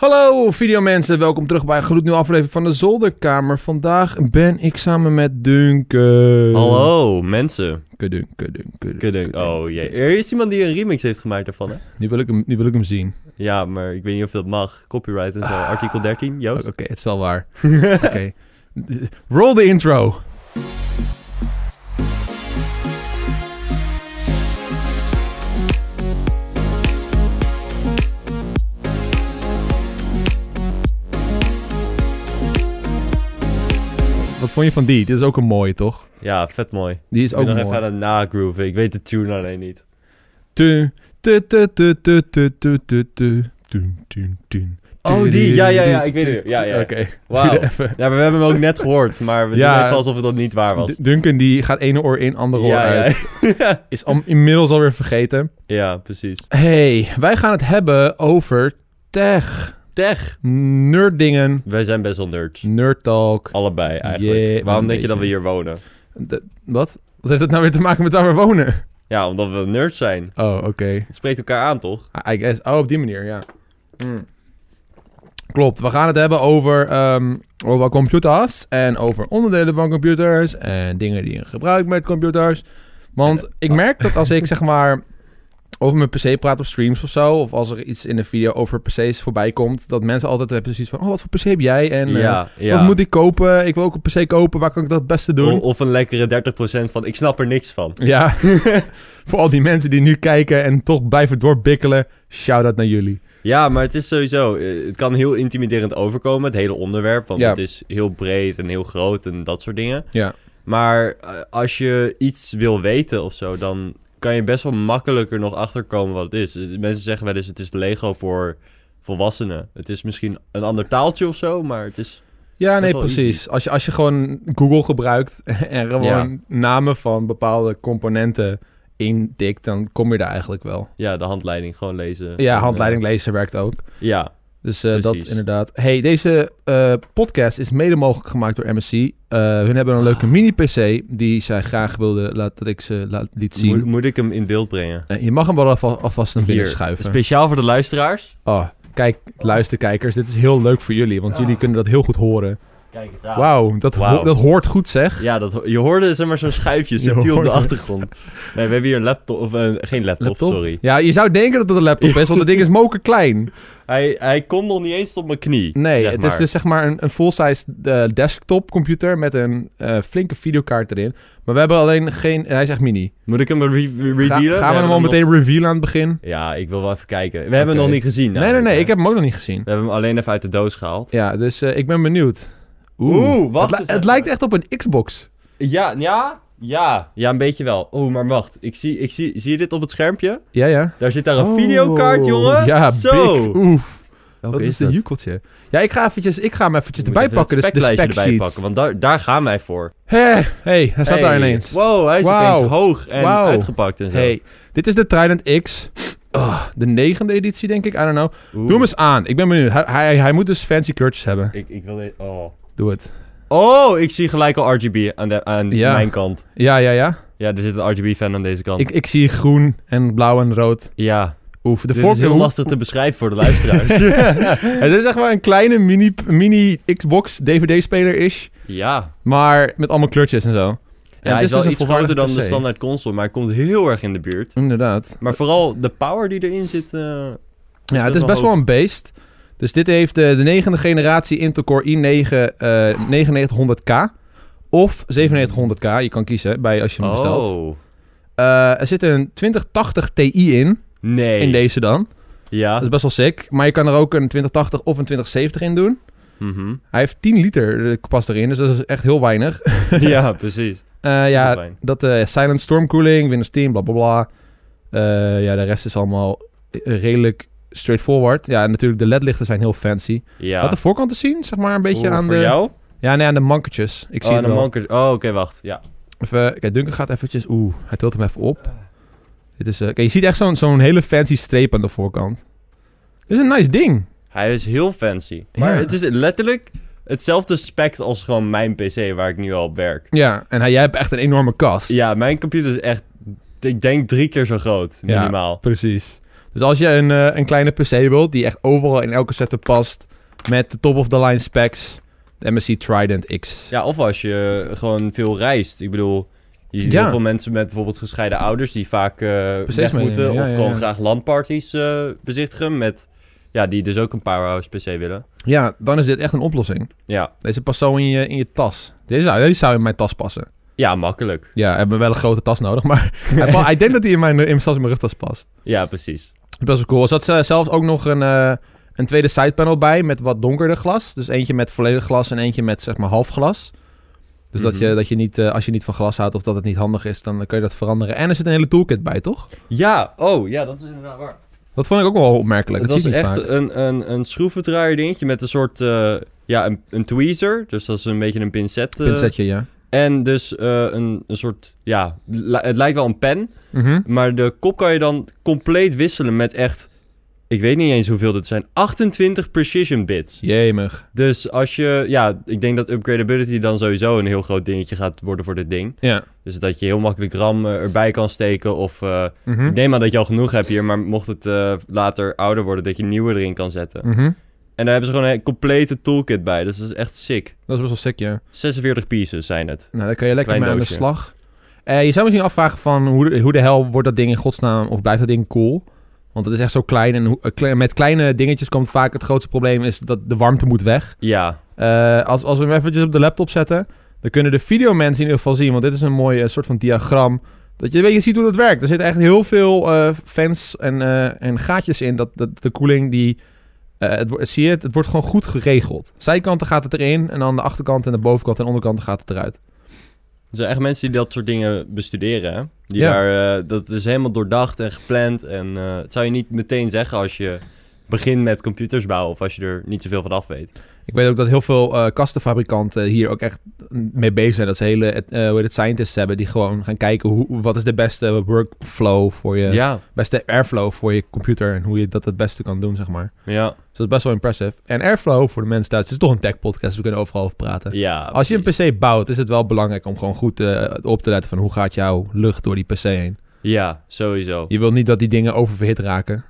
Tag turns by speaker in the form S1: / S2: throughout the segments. S1: Hallo videomensen, welkom terug bij een gloednieuwe aflevering van de Zolderkamer. Vandaag ben ik samen met Duncan.
S2: Hallo, mensen.
S1: Kudun, kudun, kudun,
S2: Kudde-
S1: kudun.
S2: Oh jee. Er is iemand die een remix heeft gemaakt daarvan, hè?
S1: Nu wil ik hem, nu wil ik hem zien.
S2: Ja, maar ik weet niet of dat mag. Copyright en zo. Artikel 13,
S1: Oh, Oké,
S2: Joost.
S1: het is wel waar. Oké. Roll the intro. Wat vond je van die? Dit is ook een mooie, toch?
S2: Ja, vet mooi.
S1: Die is
S2: Ik ben
S1: ook
S2: nog
S1: mooi.
S2: even aan het nagrooven. Ik weet de tune alleen niet.
S1: Tu, tu, tu, tu, tu, tu, tu, tu, tu, tu, tu, tu.
S2: Oh, die. Ja, ja, ja. Ik weet het. Ja, ja.
S1: Oké,
S2: Wauw.
S1: duurde even.
S2: Ja, maar we hebben hem ook net gehoord. Maar we
S1: Ja.
S2: doen even alsof het dat niet waar was.
S1: D- Duncan die gaat ene oor in, andere oor
S2: Ja,
S1: uit.
S2: ja. ja.
S1: Is al, inmiddels alweer vergeten.
S2: ja, precies.
S1: Hey, wij gaan het hebben over tech,
S2: Tech.
S1: nerddingen,
S2: Wij zijn best wel nerds.
S1: nerdtalk.
S2: Allebei, eigenlijk.
S1: Yeah,
S2: Waarom
S1: een
S2: denk je dat we
S1: beetje.
S2: hier wonen?
S1: D- wat? Wat heeft dat nou weer te maken met waar we wonen?
S2: Ja, omdat we nerds zijn.
S1: Oh, oké.
S2: Het spreekt elkaar aan, toch?
S1: I guess. Oh, op die manier, ja. Hmm. Klopt, we gaan het hebben over, ehm, over computers en over onderdelen van computers en dingen die je gebruikt met computers. Want ik
S2: oh.
S1: merk dat als ik zeg maar over mijn PC praat op streams of zo, of als er iets in een video over PC's voorbij komt, dat mensen altijd hebben zoiets van, oh wat voor PC heb jij en eh,
S2: ja, ja. Oh,
S1: wat moet ik kopen? Ik wil ook een PC kopen, waar kan ik dat het beste doen?
S2: O- Of een lekkere 30% van, ik snap er niks van.
S1: Ja, voor al die mensen die nu kijken en toch blijven doorbikkelen, shout-out naar jullie.
S2: Ja, maar het is sowieso, eh, het kan heel intimiderend overkomen, het hele onderwerp. Want
S1: Ja.
S2: het is heel breed en heel groot en dat soort dingen.
S1: Ja.
S2: Maar eh, als je iets wil weten of zo, dan kan je best wel makkelijker nog achterkomen wat het is. Eh, Mensen zeggen wel eens, het is Lego voor volwassenen. Het is misschien een ander taaltje of zo, maar het is...
S1: Ja,
S2: Dat is
S1: nee,
S2: wel
S1: precies. Als je, als je gewoon Google gebruikt en gewoon
S2: Ja.
S1: namen van bepaalde componenten intikt, dan kom je daar eigenlijk wel.
S2: Ja, de handleiding gewoon lezen. En,
S1: Ja,
S2: eh,
S1: handleiding lezen werkt ook.
S2: ja,
S1: Dus eh, dat
S2: precies.
S1: inderdaad. Hey, deze eh, podcast is mede mogelijk gemaakt door MSC. Eh, hun hebben een
S2: Ah.
S1: leuke mini-PC die zij graag wilden laten dat ik ze laat, liet zien.
S2: moet, moet ik hem in beeld brengen?
S1: Eh, je mag hem wel alva- alvast naar binnen
S2: Hier,
S1: schuiven.
S2: Speciaal voor de luisteraars.
S1: Oh, kijk, luisterkijkers, dit is heel leuk voor jullie, want jullie kunnen dat heel goed horen.
S2: Kijk eens aan.
S1: Wauw, dat, ho-
S2: Ah. Wauw.
S1: dat hoort goed zeg.
S2: Ja, dat, ho- je hoorde zeg maar zo'n schuifje
S1: Je
S2: subtiel op
S1: hoorde
S2: de
S1: het.
S2: achtergrond. Nee, we hebben hier een laptop, of eh, geen laptop,
S1: Laptop?
S2: sorry.
S1: Ja, je zou denken dat het een laptop is, want dat ding is mokerklein.
S2: Hij, hij komt nog niet eens tot mijn knie.
S1: Nee,
S2: zeg
S1: het is
S2: maar.
S1: dus zeg maar een, een full-size eh, desktop computer met een eh, flinke videokaart erin. Maar we hebben alleen geen... eh, Hij is echt mini.
S2: Moet ik hem re- re-
S1: Ga-
S2: revealen?
S1: gaan we hem al
S2: hebben
S1: meteen revealen aan het begin?
S2: nog- Ja, ik wil wel even kijken. We hebben hem nog niet gezien.
S1: nee, nee,
S2: namelijk,
S1: nee.
S2: hè.
S1: Ik heb hem ook nog niet gezien.
S2: We hebben hem alleen even uit de doos gehaald.
S1: Ja, dus eh, ik ben benieuwd.
S2: Oeh,
S1: Het,
S2: wacht
S1: li-
S2: eens
S1: het
S2: even.
S1: lijkt echt op een Xbox.
S2: Ja, ja, ja. Ja, een beetje wel. Oh, maar wacht. Ik zie, ik zie, zie je dit op het schermpje?
S1: Ja, ja.
S2: Daar zit daar een
S1: Oh,
S2: videokaart, jongen.
S1: Ja,
S2: Zo.
S1: big. Oef.
S2: Welke
S1: Wat is een
S2: dat?
S1: jukkeltje. Ja, ik ga, eventjes, ik ga hem eventjes
S2: Ik
S1: erbij
S2: moet even het
S1: pakken. Dus de
S2: speklijstje
S1: spec
S2: erbij
S1: sheet.
S2: pakken, want daar, daar gaan wij voor.
S1: Hé, hey, hij staat daar
S2: Hey.
S1: ineens.
S2: Wow, hij is
S1: Wauw.
S2: opeens hoog en
S1: Wauw.
S2: uitgepakt en zo.
S1: Hey, dit is de Trident X. Ah, de negende editie, denk ik. I don't know.
S2: Oeh.
S1: Doe hem eens aan. Ik ben benieuwd. Hij, hij, hij moet dus fancy kleurtjes hebben.
S2: Ik, ik wil dit... Oh.
S1: Doe het.
S2: Oh, ik zie gelijk al RGB aan, de, aan
S1: Ja.
S2: mijn kant.
S1: Ja, ja, ja.
S2: Ja, er zit een RGB-fan aan deze kant.
S1: Ik, ik zie groen en blauw en rood.
S2: ja,
S1: Oef, de
S2: dit is heel
S1: hoe-
S2: lastig te beschrijven voor de luisteraars.
S1: Het is echt maar een kleine mini, mini Xbox DVD-speler is.
S2: ja.
S1: Maar met allemaal kleurtjes en zo.
S2: ja
S1: het
S2: hij
S1: is
S2: is wel
S1: dus een
S2: iets groter dan
S1: volwaardige
S2: de
S1: PC.
S2: standaard console, maar hij komt heel erg in de buurt.
S1: Inderdaad.
S2: Maar vooral de power die erin zit... eh,
S1: Ja, het
S2: best
S1: is
S2: wel
S1: best wel
S2: hoog.
S1: een beest. Dus dit heeft de, de negende generatie Intel Core i9 eh, 9900K. Of 9700K. Je kan kiezen bij als je hem bestelt.
S2: oh.
S1: Eh, er zit een 2080 Ti in,
S2: Nee.
S1: in deze dan.
S2: Ja.
S1: Dat is best wel sick. Maar je kan er ook een 2080 of een 2070 in doen.
S2: Mhm.
S1: Hij heeft 10 liter eh, pas erin, dus dat is echt heel weinig.
S2: ja, precies.
S1: Eh, ja,
S2: Superfijn.
S1: dat eh Silent Storm Cooling, Windows 10, bla bla bla. Eh, ja, de rest is allemaal eh, redelijk straightforward. Ja, en natuurlijk de ledlichten zijn heel fancy.
S2: Ja.
S1: Had de voorkant te zien, zeg maar, een beetje
S2: Oeh,
S1: aan
S2: voor
S1: de...
S2: jou?
S1: Ja, nee, aan de manketjes. Ik
S2: oh,
S1: zie
S2: aan
S1: het
S2: de
S1: wel.
S2: mankers. Oh, oké, wacht. Ja.
S1: Even, kijk, Duncan gaat eventjes... Oeh, hij tilt hem even op. Dit is, eh, kijk, je ziet echt zo'n zo'n hele fancy streep aan de voorkant. Dit is een nice ding.
S2: Hij is heel fancy. Maar
S1: Ja.
S2: het is letterlijk hetzelfde spec als gewoon mijn PC waar ik nu al op werk.
S1: Ja, en hij, jij hebt echt een enorme kast.
S2: Ja, mijn computer is echt, ik denk drie keer zo groot,
S1: Ja.
S2: minimaal.
S1: Precies. Dus Dus als je een, eh, een kleine PC wilt, die echt overal in elke setup past, met de top-of-the-line specs, de MSC Trident X.
S2: Ja, of als je gewoon veel reist. Ik bedoel, je ziet
S1: Ja.
S2: heel veel mensen met bijvoorbeeld gescheiden ouders die vaak eh weg
S1: meenemen,
S2: moeten.
S1: ja,
S2: of
S1: ja,
S2: gewoon
S1: ja.
S2: graag landparties eh, bezichtigen. Met, ja, die dus ook een powerhouse PC willen.
S1: Ja, dan is dit echt een oplossing.
S2: Ja,
S1: Deze past zo in je, in je tas. Deze zou, deze zou in mijn tas passen.
S2: ja makkelijk.
S1: Ja, hebben we wel een grote tas nodig, maar hij pa- ik denk dat die in mijn, in mijn tas in mijn rugtas past.
S2: Ja, precies.
S1: Best wel cool. Er zat eh, zelfs ook nog een, eh, een tweede sidepanel bij met wat donkerder glas. Dus eentje met volledig glas en eentje met zeg maar half glas. Dus dat, je,
S2: Mhm.
S1: dat je niet, eh, als je niet van glas houdt of dat het niet handig is, dan eh, kun je dat veranderen. En er zit een hele toolkit bij, toch?
S2: Ja, oh ja, dat is inderdaad waar.
S1: Dat vond ik ook wel opmerkelijk.
S2: Het
S1: Dat,
S2: was
S1: zie ik niet
S2: echt
S1: vaak.
S2: een, een, een schroevendraaier dingetje met een soort, eh, ja, een, een tweezer. Dus dat is een beetje een pincet. eh,
S1: Pinsetje, ja.
S2: En dus eh, een, een soort, ja, li- het lijkt wel een pen.
S1: Mhm.
S2: Maar de kop kan je dan compleet wisselen met echt, ik weet niet eens hoeveel dit zijn, 28 precision bits.
S1: Jemig.
S2: Dus als je, ja, ik denk dat upgradability dan sowieso een heel groot dingetje gaat worden voor dit ding.
S1: Ja.
S2: Dus dat je heel makkelijk RAM eh, erbij kan steken of... eh,
S1: Mhm.
S2: ik neem aan dat je al genoeg hebt hier, maar mocht het eh, later ouder worden, dat je nieuwe erin kan zetten.
S1: Mhm.
S2: En daar hebben ze gewoon een complete toolkit bij, dus dat is echt sick.
S1: Dat is best wel sick, ja.
S2: 46 pieces zijn het.
S1: Nou, daar kan je lekker
S2: Klein
S1: mee aan de
S2: doosje.
S1: slag. Eh, je zou misschien afvragen van hoe de, hoe de hel wordt dat ding in godsnaam of blijft dat ding cool? Want het is echt zo klein en hoe- eh, kle- met kleine dingetjes komt vaak het grootste probleem is dat de warmte moet weg.
S2: Ja,
S1: Eh, als, als we hem eventjes op de laptop zetten, dan kunnen de videomensen in ieder geval zien, want dit is een mooi eh, soort van diagram. Dat je een beetje ziet hoe dat werkt. Er zitten echt heel veel eh, fans en, eh, en gaatjes in dat, dat de koeling die... eh, het, wo- zie je het? Het wordt gewoon goed geregeld. Zijkanten gaat het erin en aan de achterkant en de bovenkant en onderkant gaat het eruit.
S2: er zijn echt mensen die dat soort dingen bestuderen. Hè? Die
S1: Ja.
S2: daar, eh, dat is helemaal doordacht en gepland. En eh, het zou je niet meteen zeggen als je begint met computers bouwen of als je er niet zoveel van af weet.
S1: Ik weet ook dat heel veel eh, kastenfabrikanten hier ook echt mee bezig zijn. Dat ze hele eh, hoe heet het, scientists hebben die gewoon gaan kijken hoe, wat is de beste workflow voor je,
S2: Ja,
S1: beste airflow voor je computer en hoe je dat het beste kan doen, zeg maar.
S2: ja,
S1: Dus dat is best wel impressive. En airflow voor de mensen thuis, het is toch een tech podcast, dus we kunnen overal over praten.
S2: ja.
S1: Als je een
S2: precies.
S1: PC bouwt, is het wel belangrijk om gewoon goed eh, op te letten van hoe gaat jouw lucht door die PC heen.
S2: Ja, sowieso.
S1: Je wilt niet dat die dingen oververhit raken.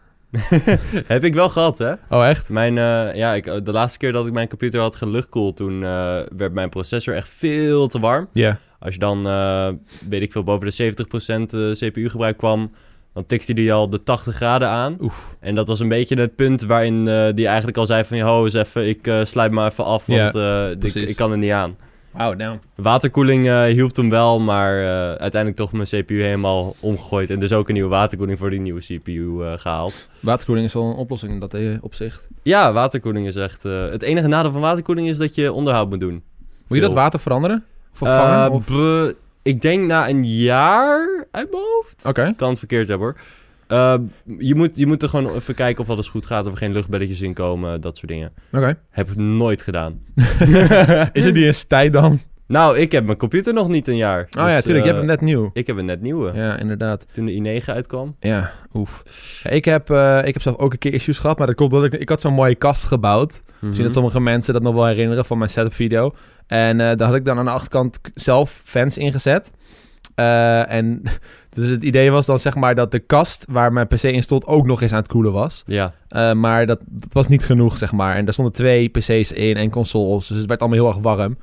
S2: Heb ik wel gehad, hè?
S1: Oh, echt?
S2: Mijn, eh, ja, ik, de laatste keer dat ik mijn computer had geluchtkoeld, toen eh, werd mijn processor echt veel te warm.
S1: Ja.
S2: Als je dan, eh, weet ik veel, boven de 70% eh, CPU-gebruik kwam, dan tikte die al de 80 graden aan.
S1: Oef.
S2: En dat was een beetje het punt waarin eh, die eigenlijk al zei van... ...ho, eens even, ik eh, sluit me even af,
S1: Ja,
S2: want eh, ik,
S1: precies.
S2: ik kan er niet aan.
S1: Wow, damn.
S2: Waterkoeling eh, hielp toen wel, maar eh, uiteindelijk toch mijn CPU helemaal omgegooid. En dus ook een nieuwe waterkoeling voor die nieuwe CPU eh, gehaald.
S1: Waterkoeling is wel een oplossing in dat eh, opzicht.
S2: Ja, waterkoeling is echt... eh, het enige nadeel van waterkoeling is dat je onderhoud moet doen.
S1: Moet je dat
S2: Veel.
S1: water veranderen? Vervangen?
S2: Eh,
S1: of?
S2: br- ik denk na een jaar uit mijn hoofd.
S1: Oké.
S2: Ik kan het verkeerd hebben hoor. Eh, je, moet, je moet er gewoon even kijken of alles goed gaat, of er geen luchtbelletjes in komen, dat soort dingen.
S1: Oké.
S2: Heb ik nooit gedaan.
S1: Is het die eens tijd dan? Oh
S2: Nou, ik heb mijn computer nog niet een jaar. Dus,
S1: ja, tuurlijk. je
S2: eh,
S1: hebt hem net nieuw.
S2: Ik heb een net nieuwe.
S1: Ja, inderdaad.
S2: Toen de i9 uitkwam.
S1: Ja, oef. Ja, ik, heb, eh, ik heb zelf ook een keer issues gehad, maar dat komt omdat ik... Ik had zo'n mooie kast gebouwd.
S2: Mhm.
S1: Misschien dat sommige mensen dat nog wel herinneren van mijn setup video. En eh, daar had ik dan aan de achterkant k- zelf fans ingezet. Eh, en dus het idee was dan zeg maar dat de kast waar mijn PC in stond ook nog eens aan het koelen was.
S2: Ja,
S1: Eh, maar dat, dat was niet genoeg, zeg maar. En daar stonden twee PC's in en consoles. Dus het werd allemaal heel erg warm.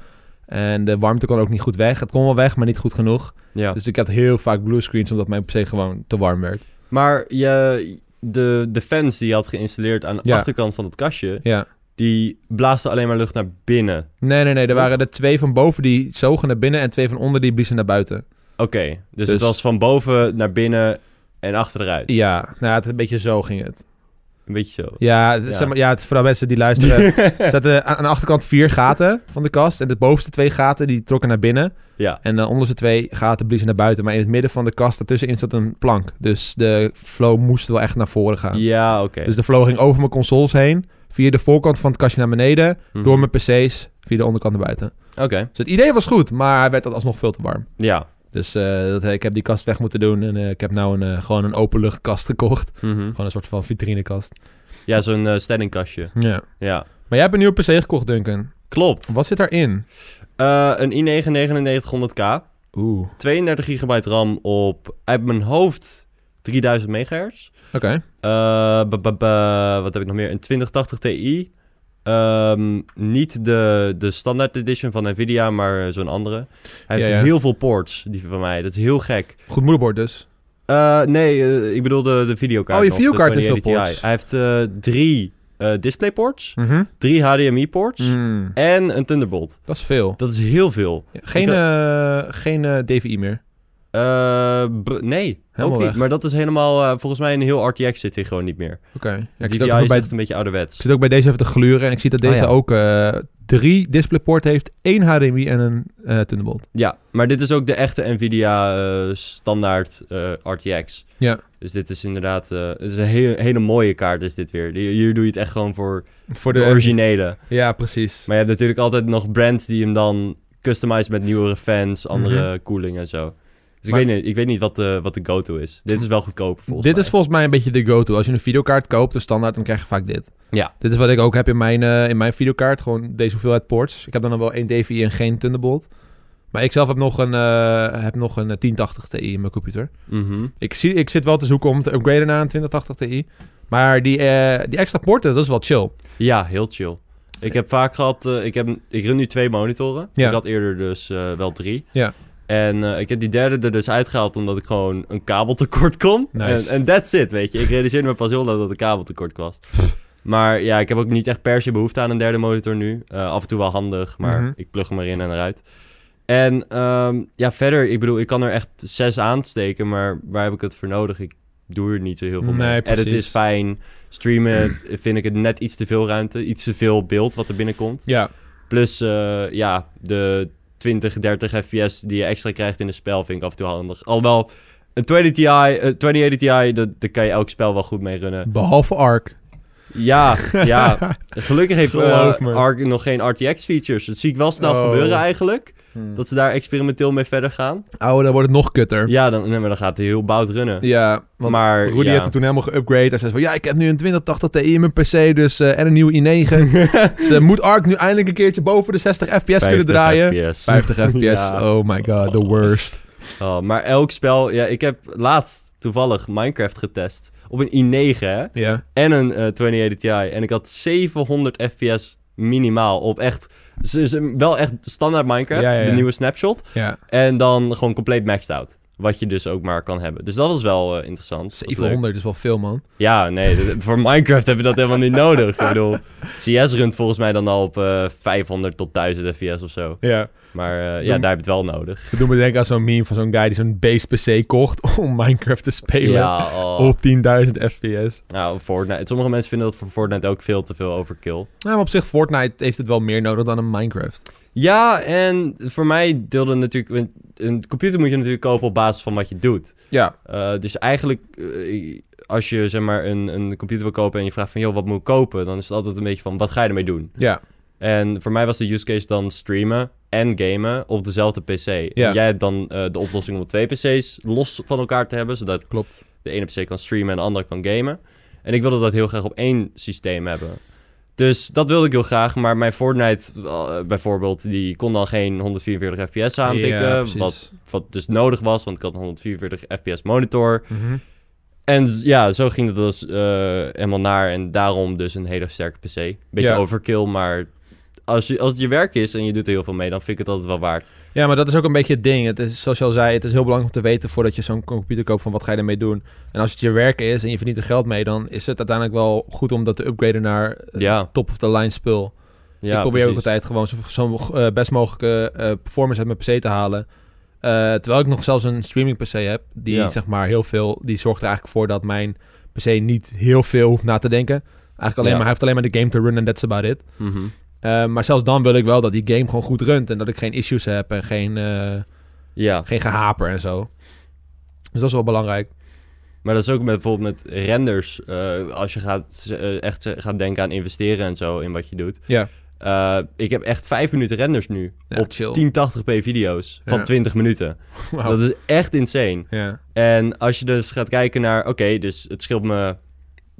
S1: En de warmte kon ook niet goed weg. Het kon wel weg, maar niet goed genoeg.
S2: ja.
S1: Dus ik had heel vaak bluescreens omdat mijn PC gewoon te warm werd.
S2: Maar je, de, de fans die je had geïnstalleerd aan de
S1: Ja.
S2: achterkant van het kastje,
S1: Ja.
S2: die blaasden alleen maar lucht naar binnen.
S1: Nee, nee, nee. Er waren er twee van boven die zogen naar binnen en twee van onder die bliezen naar buiten.
S2: Oké, dus,
S1: Dus-
S2: het was van boven naar binnen en achteruit.
S1: Ja, nou, het, een beetje zo ging het.
S2: Een beetje zo.
S1: Ja, het,
S2: Ja.
S1: Zeg maar, ja het, is vooral mensen die luisteren. er zaten aan aan de achterkant vier gaten van de kast. En de bovenste twee gaten die trokken naar binnen.
S2: Ja,
S1: En dan onder ze twee gaten bliezen naar buiten. Maar in het midden van de kast daartussenin zat een plank. Dus de flow moest wel echt naar voren gaan.
S2: ja oké.
S1: Dus de flow ging over mijn consoles heen. Via de voorkant van het kastje naar beneden.
S2: Mhm.
S1: Door mijn PC's. Via de onderkant naar buiten.
S2: Oké,
S1: Dus het idee was goed. Maar hij werd alsnog veel te warm.
S2: ja.
S1: Dus eh, dat, ik heb die kast weg moeten doen. En eh, ik heb nou een, eh, gewoon een openluchtkast gekocht.
S2: Mhm.
S1: Gewoon een soort van vitrinekast.
S2: Ja, zo'n eh standingkastje.
S1: Ja.
S2: Ja,
S1: Maar jij hebt een nieuwe PC gekocht, Duncan.
S2: klopt.
S1: Wat zit daarin?
S2: Eh, een i9 9900K,
S1: Oeh.
S2: 32 gigabyte RAM op uit mijn hoofd 3000 megahertz.
S1: Oké.
S2: Eh, ba- ba- ba- wat heb ik nog meer? Een 2080 Ti. Ehm, niet de, de standaard edition van Nvidia, maar zo'n andere. Hij heeft
S1: Ja, ja.
S2: heel veel ports, die van mij. Dat is heel gek.
S1: Goed moederbord dus.
S2: Eh, nee, eh, ik bedoel de, de videokaart.
S1: Oh, je
S2: nog, de
S1: videokaart heeft veel
S2: 2080 Ti. Hij heeft eh, drie eh DisplayPorts,
S1: Mhm.
S2: drie HDMI-ports
S1: Mm,
S2: en een Thunderbolt.
S1: dat is veel.
S2: Dat is heel veel.
S1: Ja, Geen,
S2: Ik had-
S1: eh, geen eh, DVI meer.
S2: Eh, b- nee,
S1: Helemaal
S2: ook niet.
S1: weg.
S2: Maar dat is helemaal, eh, volgens mij in heel RTX zit hij gewoon niet meer.
S1: Oké. Ja, ik,
S2: DPI
S1: zit ook even
S2: is
S1: bij,
S2: echt een beetje ouderwets.
S1: ik zit ook bij deze even te gluren en ik zie dat
S2: Oh,
S1: deze
S2: ja.
S1: ook eh, drie DisplayPort heeft, één HDMI en een eh Thunderbolt.
S2: Ja, maar dit is ook de echte Nvidia eh, standaard eh, RTX.
S1: Ja.
S2: Dus dit is inderdaad eh, het is een hele, hele mooie kaart is dit weer. Die- Hier doe je het echt gewoon voor
S1: Voor
S2: de, originele.
S1: Ja, precies.
S2: Maar je hebt natuurlijk altijd nog brands die hem dan customize met nieuwere fans, andere koeling en zo. Dus
S1: Mhm. Maar-
S2: ik, weet niet, ik weet niet wat de, wat de go-to is. Dit is wel goedkoper volgens
S1: dit
S2: mij.
S1: is volgens mij een beetje de go-to. Als je een videokaart koopt, de standaard, dan krijg je vaak dit.
S2: Ja.
S1: Dit is wat ik ook heb in mijn, eh, in mijn videokaart. Gewoon deze hoeveelheid ports. Ik heb dan nog wel één DVI en geen Thunderbolt. Maar ik zelf heb nog een, eh, heb nog een eh, 1080 Ti in mijn computer.
S2: Mhm.
S1: Ik, zie, ik zit wel te zoeken om te upgraden naar een 2080 Ti. Maar die, eh, die extra porten, dat is wel chill.
S2: Ja, heel chill. Ik heb vaak gehad, eh, ik, heb, ik run nu twee monitoren.
S1: Ja.
S2: Ik had eerder dus eh, wel drie.
S1: Ja.
S2: En eh, ik heb die derde er dus uitgehaald omdat ik gewoon een kabeltekort kon.
S1: Nice.
S2: En en that's it, weet je. Ik realiseerde me pas heel laat dat er kabeltekort was. Maar ja, ik heb ook niet echt per se behoefte aan een derde monitor nu. Eh, af en toe wel handig, maar
S1: Mhm.
S2: ik plug hem erin en eruit. En ehm, ja, verder, ik bedoel, ik kan er echt zes aansteken, maar waar heb ik het voor nodig? Ik doe er niet zo heel veel
S1: Nee,
S2: mee.
S1: precies.
S2: Edit is fijn. Streamen vind ik het net iets te veel ruimte. Iets te veel beeld wat er binnenkomt.
S1: Ja.
S2: Plus, eh, ja, de 20, 30 fps die je extra krijgt in een spel vind ik af en toe handig. Alhoewel, een 20 Ti, eh, 2080 Ti, dat- daar kan je elk spel wel goed mee runnen.
S1: Behalve ARC.
S2: Ja, ja. Gelukkig heeft
S1: Geloof
S2: eh,
S1: me.
S2: ARC nog geen RTX-features. Dat zie ik wel snel
S1: Oh.
S2: gebeuren eigenlijk.
S1: Hmm.
S2: Dat ze daar experimenteel mee verder gaan.
S1: Oude, dan wordt het nog kutter. Ja,
S2: Ja, dan, nee, maar dan gaat hij heel bout runnen.
S1: want
S2: maar
S1: Rudy
S2: ja.
S1: heeft het toen helemaal geüpgrade. Hij zei van, ja, ik heb nu een 2080 Ti in mijn PC dus, eh, en een nieuwe i9. Ze moet ARC nu eindelijk een keertje boven de 60 fps kunnen
S2: 50
S1: draaien.
S2: FPS.
S1: 50 fps,
S2: Ja.
S1: oh my god, the worst.
S2: Oh, maar elk spel... Ja, ik heb laatst toevallig Minecraft getest. Op een i9, hè.
S1: Ja.
S2: En een eh 2080 Ti. En ik had 700 fps minimaal op echt... ze- ze- Wel echt standaard Minecraft,
S1: Ja, ja, ja.
S2: de nieuwe snapshot.
S1: ja.
S2: En dan gewoon compleet maxed out. Wat je dus ook maar kan hebben. Dus dat was wel eh, interessant. Dat was leuk.
S1: 700 is wel veel, man.
S2: Ja, nee. dat- voor Minecraft heb je dat helemaal niet nodig. Ik bedoel, CS runt volgens mij dan al op eh, 500 tot 1000 fps of zo.
S1: Ja.
S2: Maar eh, ja,
S1: Doe-
S2: daar heb je het wel nodig.
S1: Dat doet me denken aan zo'n meme van zo'n guy die zo'n base PC kocht om Minecraft te spelen
S2: Ja, oh.
S1: op 10.000 fps.
S2: Nou, Fortnite. Sommige mensen vinden dat voor Fortnite ook veel te veel overkill.
S1: Nou, maar op zich, Fortnite heeft het wel meer nodig dan een Minecraft.
S2: Ja, en voor mij deelde natuurlijk... een- Een computer moet je natuurlijk kopen op basis van wat je doet.
S1: Ja.
S2: Eh, dus eigenlijk, eh, als je zeg maar een, een computer wil kopen en je vraagt van, joh, wat moet ik kopen? Dan is het altijd een beetje van, wat ga je ermee doen?
S1: Ja.
S2: En voor mij was de use case dan streamen en gamen op dezelfde PC.
S1: Ja.
S2: En jij hebt dan eh, de oplossing om twee PC's los van elkaar te hebben, zodat
S1: Klopt.
S2: de ene PC kan streamen en de andere kan gamen. En ik wilde dat heel graag op één systeem hebben. Dus dat wilde ik heel graag, maar mijn Fortnite eh, bijvoorbeeld, die kon dan geen 144 fps aantikken. eh, wat, wat dus nodig was, want ik had een 144 fps monitor.
S1: Mhm.
S2: En z- ja, zo ging het dus eh, helemaal naar. En daarom dus een hele sterke PC. Beetje
S1: Ja.
S2: overkill, maar als, je, als het je werk is en je doet er heel veel mee, dan vind ik het altijd wel waard.
S1: Ja, maar dat is ook een beetje het ding. Het is, zoals je al zei, het is heel belangrijk om te weten voordat je zo'n computer koopt van wat ga je ermee doen. En als het je werk is en je verdient er geld mee, dan is het uiteindelijk wel goed om dat te upgraden naar eh,
S2: Ja,
S1: top of the line spul.
S2: ja
S1: ik probeer ook
S2: precies.
S1: altijd gewoon zo, zo eh, best mogelijke eh, performance uit mijn PC te halen. Eh, terwijl ik nog zelfs een streaming PC heb, die
S2: Ja.
S1: zeg maar heel veel, die zorgt er eigenlijk voor dat mijn PC niet heel veel hoeft na te denken. Eigenlijk alleen
S2: Ja.
S1: maar, hij heeft alleen maar de game te runnen en that's about it.
S2: Mhm.
S1: Eh, maar zelfs dan wil ik wel dat die game gewoon goed runt en dat ik geen issues heb en geen, eh,
S2: Ja,
S1: geen gehaper en zo. Dus dat is wel belangrijk.
S2: maar dat is ook met, bijvoorbeeld met renders. eh, als je gaat, eh, echt gaat denken aan investeren en zo in wat je doet.
S1: Ja.
S2: Eh, ik heb echt vijf minuten renders nu
S1: Ja,
S2: op
S1: chill.
S2: 1080p video's van
S1: Ja.
S2: 20 minuten.
S1: Wauw.
S2: Dat is echt insane.
S1: Ja.
S2: En als je dus gaat kijken naar, oké, dus het scheelt me,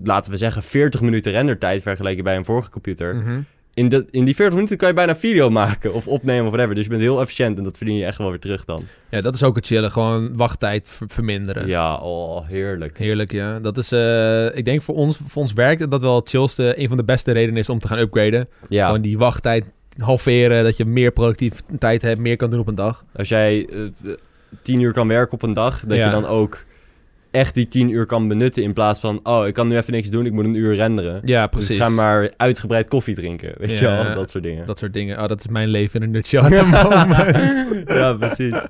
S2: laten we zeggen, 40 minuten rendertijd vergeleken bij een vorige computer.
S1: Mhm.
S2: in, dat- in die 40 minuten kan je bijna een video maken of opnemen of whatever. Dus je bent heel efficiënt en dat verdien je echt wel weer terug dan.
S1: Ja, dat is ook het chillen. Gewoon wachttijd ver- verminderen.
S2: Ja, oh, heerlijk.
S1: Heerlijk, ja. Dat is, eh, ik denk voor ons, voor ons werk dat dat wel het chillste, een van de beste redenen is om te gaan upgraden.
S2: Ja,
S1: Gewoon die wachttijd halveren, dat je meer productiviteit hebt, meer kan doen op een dag.
S2: als jij eh, tien uur kan werken op een dag, dat
S1: Ja.
S2: je dan ook echt die tien uur kan benutten in plaats van... Oh, ik kan nu even niks doen, ik moet een uur renderen.
S1: Ja,
S2: Dus
S1: precies.
S2: ik ga maar uitgebreid koffie drinken, weet je
S1: Ja.
S2: wel, dat soort dingen.
S1: Dat soort dingen. Oh, dat is mijn leven in een nutshell. at the moment.
S2: ja, precies.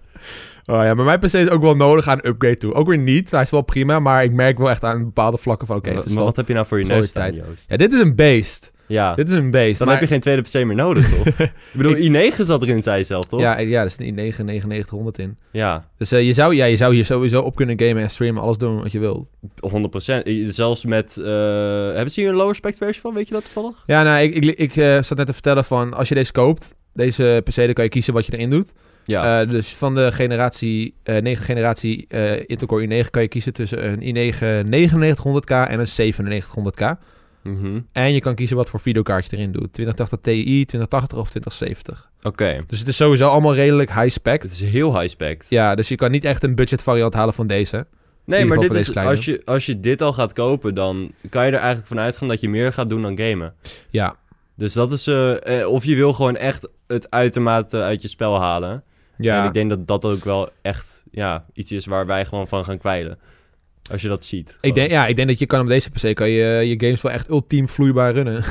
S1: oh ja, maar mijn PC is ook wel nodig aan een upgrade toe. Ook weer niet, hij is wel prima, maar ik merk wel echt aan bepaalde vlakken van oké,
S2: Wa-
S1: het is
S2: maar
S1: wel...
S2: wat heb je nou voor je
S1: het
S2: neus
S1: is wel
S2: staan,
S1: je
S2: Joost?
S1: Ja, dit is een beest.
S2: Ja,
S1: Dit is een beest.
S2: dan
S1: maar-
S2: heb je geen tweede PC meer nodig, toch? ik bedoel, i9 zat erin, zei je zelf, toch?
S1: Ja, ja, er zit een 9900 in.
S2: ja
S1: Dus eh, je, zou, ja, je zou hier sowieso op kunnen gamen en streamen, alles doen wat je wilt.
S2: 100%. I- Zelfs met... eh, hebben ze hier een lower spec versie van? Weet je dat toevallig?
S1: Ja, nou, ik, ik, ik eh, zat net te vertellen van, als je deze koopt, deze PC, dan kan je kiezen wat je erin doet.
S2: Ja.
S1: Eh, dus van de generatie, 9 generatie eh, Intel Core i9 kan je kiezen tussen een i9 9900K en een 9700K.
S2: Mhm.
S1: En je kan kiezen wat voor videokaart je erin doet. 2080 Ti, 2080 of 2070.
S2: Oké.
S1: Dus het is sowieso allemaal redelijk high spec.
S2: Het is heel high spec.
S1: Ja, dus je kan niet echt een budget variant halen van deze.
S2: Nee,
S1: In ieder
S2: maar
S1: geval
S2: dit
S1: voor deze
S2: is,
S1: kleine.
S2: als, je, als je dit al gaat kopen, dan kan je er eigenlijk van uitgaan dat je meer gaat doen dan gamen.
S1: Ja,
S2: Dus dat is, eh, eh, of je wil gewoon echt het uitermate uit je spel halen. En
S1: ja.
S2: ik denk dat dat ook wel echt ja, iets is waar wij gewoon van gaan kwijlen. Als je dat ziet.
S1: Ik denk, ja, ik denk dat je kan op deze PC kan je, je games wel echt ultiem vloeibaar runnen.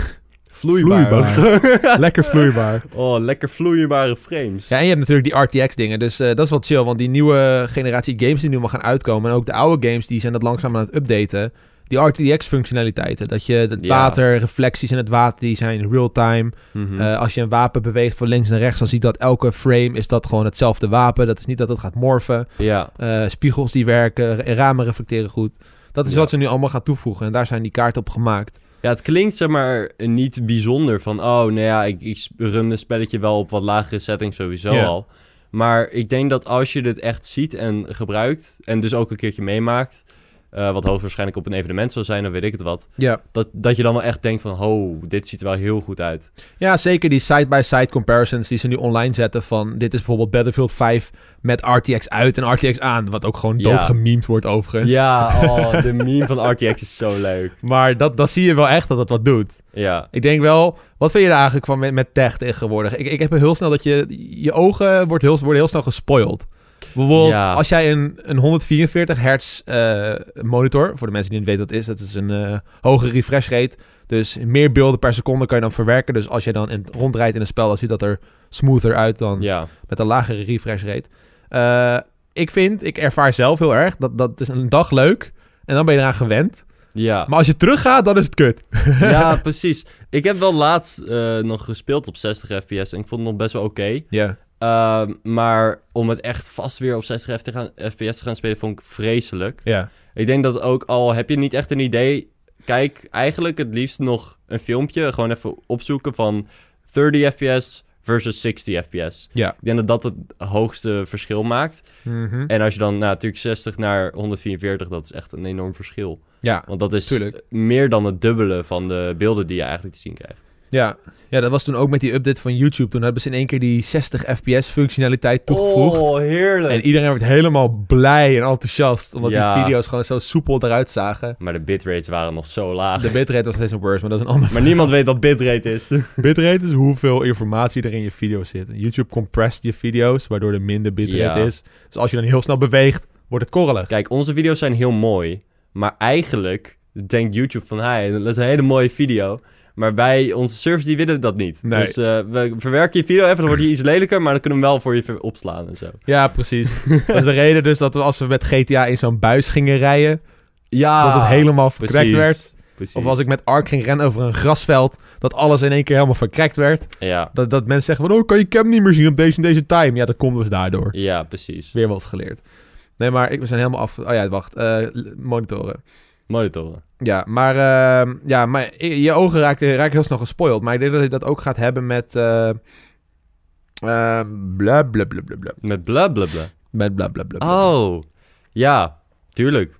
S2: vloeibaar.
S1: Lekker vloeibaar.
S2: oh, lekker vloeibare frames.
S1: Ja, en je hebt natuurlijk die RTX dingen, dus eh, dat is wel chill. Want die nieuwe generatie games die nu maar gaan uitkomen... en ook de oude games, die zijn dat langzaam aan het updaten. Die RTX functionaliteiten, dat je het
S2: Ja.
S1: water, reflecties in het water, die zijn real-time.
S2: Mhm.
S1: Eh, als je een wapen beweegt van links naar rechts, dan ziet dat elke frame is dat gewoon hetzelfde wapen. Dat is niet dat het gaat morfen.
S2: ja.
S1: Eh, spiegels die werken, r- ramen reflecteren goed. Dat is
S2: Ja.
S1: wat ze nu allemaal gaan toevoegen en daar zijn die kaarten op gemaakt.
S2: ja, het klinkt zeg maar niet bijzonder van... Oh, nou ja, ik, ik run mijn spelletje wel op wat lagere settings sowieso
S1: Ja.
S2: al. Maar ik denk dat als je dit echt ziet en gebruikt... en dus ook een keertje meemaakt... eh, wat hoogstwaarschijnlijk op een evenement zal zijn, dan weet ik het wat.
S1: Ja.
S2: Dat, dat je dan wel echt denkt van... Ho, dit ziet er wel heel goed uit.
S1: Ja, zeker die side-by-side comparisons die ze nu online zetten van... dit is bijvoorbeeld Battlefield 5 met RTX uit en RTX aan. Wat ook gewoon
S2: Ja.
S1: doodgememd wordt overigens.
S2: Ja, oh, de meme van RTX is zo leuk.
S1: Maar dat, dat zie je wel echt dat dat wat doet.
S2: Ja,
S1: Ik denk wel... Wat vind je er eigenlijk van met, met tech tegenwoordig? Ik, ik heb heel snel dat je... Je ogen wordt heel, worden heel snel gespoild. Bijvoorbeeld
S2: Ja.
S1: als jij een, een 144 hertz eh, monitor... Voor de mensen die niet weten wat het is. Dat is een eh hoge refresh rate. Dus meer beelden per seconde kan je dan verwerken. Dus als je dan in, rondrijdt in een spel... dan ziet dat er smoother uit dan...
S2: ja.
S1: met een lagere refresh rate. Eh, ik vind, ik ervaar zelf heel erg, dat, dat is een dag leuk. En dan ben je eraan gewend.
S2: Ja.
S1: Maar als je teruggaat, dan is het kut.
S2: ja, precies. Ik heb wel laatst eh, nog gespeeld op 60 fps en ik vond het nog best wel oké.
S1: Ja.
S2: Ehm, maar om het echt vast weer op 60 fps te gaan, FPS te gaan spelen, vond ik vreselijk.
S1: Ja.
S2: Ik denk dat ook al heb je niet echt een idee, kijk eigenlijk het liefst nog een filmpje, gewoon even opzoeken van 30 fps versus 60 fps.
S1: Ja.
S2: Ik denk dat dat het hoogste verschil maakt.
S1: Mhm.
S2: En als je dan nou, natuurlijk 60 naar 144, dat is echt een enorm verschil.
S1: ja.
S2: Want dat is
S1: Tuurlijk.
S2: meer dan het dubbele van de beelden die je eigenlijk te zien krijgt.
S1: Ja. Ja, dat was toen ook met die update van YouTube. Toen hebben ze in één keer die 60 fps functionaliteit toegevoegd.
S2: Oh, heerlijk.
S1: En iedereen werd helemaal blij en enthousiast. Omdat die
S2: Ja.
S1: video's gewoon zo soepel eruit zagen.
S2: Maar de bitrates waren nog zo laag.
S1: De bitrate was steeds een worse, maar dat is een ander.
S2: Maar niemand weet wat bitrate is.
S1: Bitrate is hoeveel informatie er in je video zit. En YouTube compressed je video's, waardoor er minder bitrate
S2: Ja.
S1: is. Dus als je dan heel snel beweegt, wordt het korrelig.
S2: Kijk, onze video's zijn heel mooi. Maar eigenlijk denkt YouTube van... Hey, dat is een hele mooie video. Maar wij, onze servers, die willen dat niet.
S1: Nee.
S2: Dus eh, we verwerken je video even, dan wordt die iets lelijker... maar dan kunnen we hem wel voor je ver- opslaan en zo.
S1: Ja, precies. dat is de reden dus dat we als we met GTA in zo'n buis gingen rijden,
S2: Ja,
S1: dat het helemaal verkrekt
S2: Ah, precies,
S1: werd.
S2: Precies.
S1: Of als ik met Ark ging rennen over een grasveld, dat alles in één keer helemaal verkrekt werd.
S2: Ja,
S1: Dat, dat mensen zeggen van, oh, kan je cam niet meer zien op deze en deze time? Ja, dat komt dus daardoor.
S2: ja precies.
S1: Weer wat geleerd. Nee, maar ik, we zijn helemaal af... Oh ja, wacht. eh, l- monitoren.
S2: Monitoren.
S1: Ja, maar, ehm, ja, maar i- je ogen raken, raken heel snel gespoild. Maar ik denk dat je dat ook gaat hebben met... eh eh, bla, bla, bla, bla, bla.
S2: Met blablabla.
S1: Met bla, bla, bla, bla.
S2: Oh, ja, tuurlijk.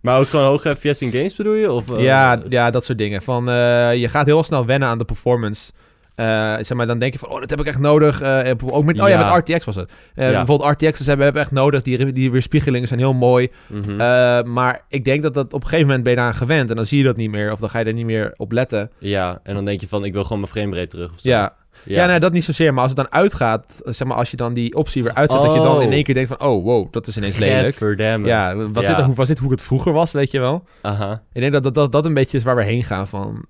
S2: maar ook gewoon hoge FPS in games bedoel je? Of, eh,
S1: ja, ja, dat soort dingen. Van, eh, je gaat heel snel wennen aan de performance. Eh, zeg maar, dan denk je van, oh, dat heb ik echt nodig. Eh, ook met, oh ja.
S2: Ja.
S1: met RTX was het. Eh,
S2: Ja.
S1: Bijvoorbeeld RTX's hebben we echt nodig. Die, die weerspiegelingen zijn heel mooi.
S2: mhm.
S1: Eh, maar ik denk dat dat op een gegeven moment ben je daaraan gewend. En dan zie je dat niet meer. Of dan ga je er niet meer op letten.
S2: ja, en dan denk je van, ik wil gewoon mijn frame rate terug of zo.
S1: Ja. Ja, nee, dat niet zozeer. Maar als het dan uitgaat, eh, zeg maar, als je dan die optie weer uitzet, dat je dan
S2: Oh.
S1: in één keer denkt van, oh, wow, dat is ineens lelijk.
S2: Gadverdamme.
S1: Ja, was,
S2: Ja.
S1: Dit, hoe- was dit hoe het vroeger was, weet je wel?
S2: Aha.
S1: Ik denk dat dat, dat, dat een beetje is waar we heen gaan van...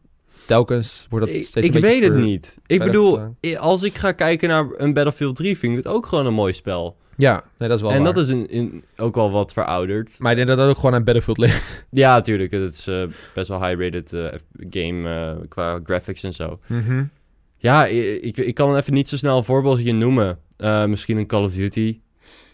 S1: Telkens wordt dat
S2: Ik,
S1: steeds
S2: ik
S1: een beetje
S2: weet het
S1: ver-
S2: niet. Ik
S1: verder
S2: bedoel,
S1: vertalen.
S2: i- als ik ga kijken naar een Battlefield 3, vind ik het ook gewoon een mooi spel.
S1: Ja, nee, dat is wel
S2: en
S1: waar.
S2: dat is een, in, ook al wat verouderd.
S1: Maar ik denk dat dat ook gewoon aan Battlefield ligt.
S2: Ja, natuurlijk. Het is eh, best wel high-rated eh, F- game eh, qua graphics en zo. Ja, i- ik, ik kan even niet zo snel een voorbeeldje noemen. Eh, misschien een Call of Duty.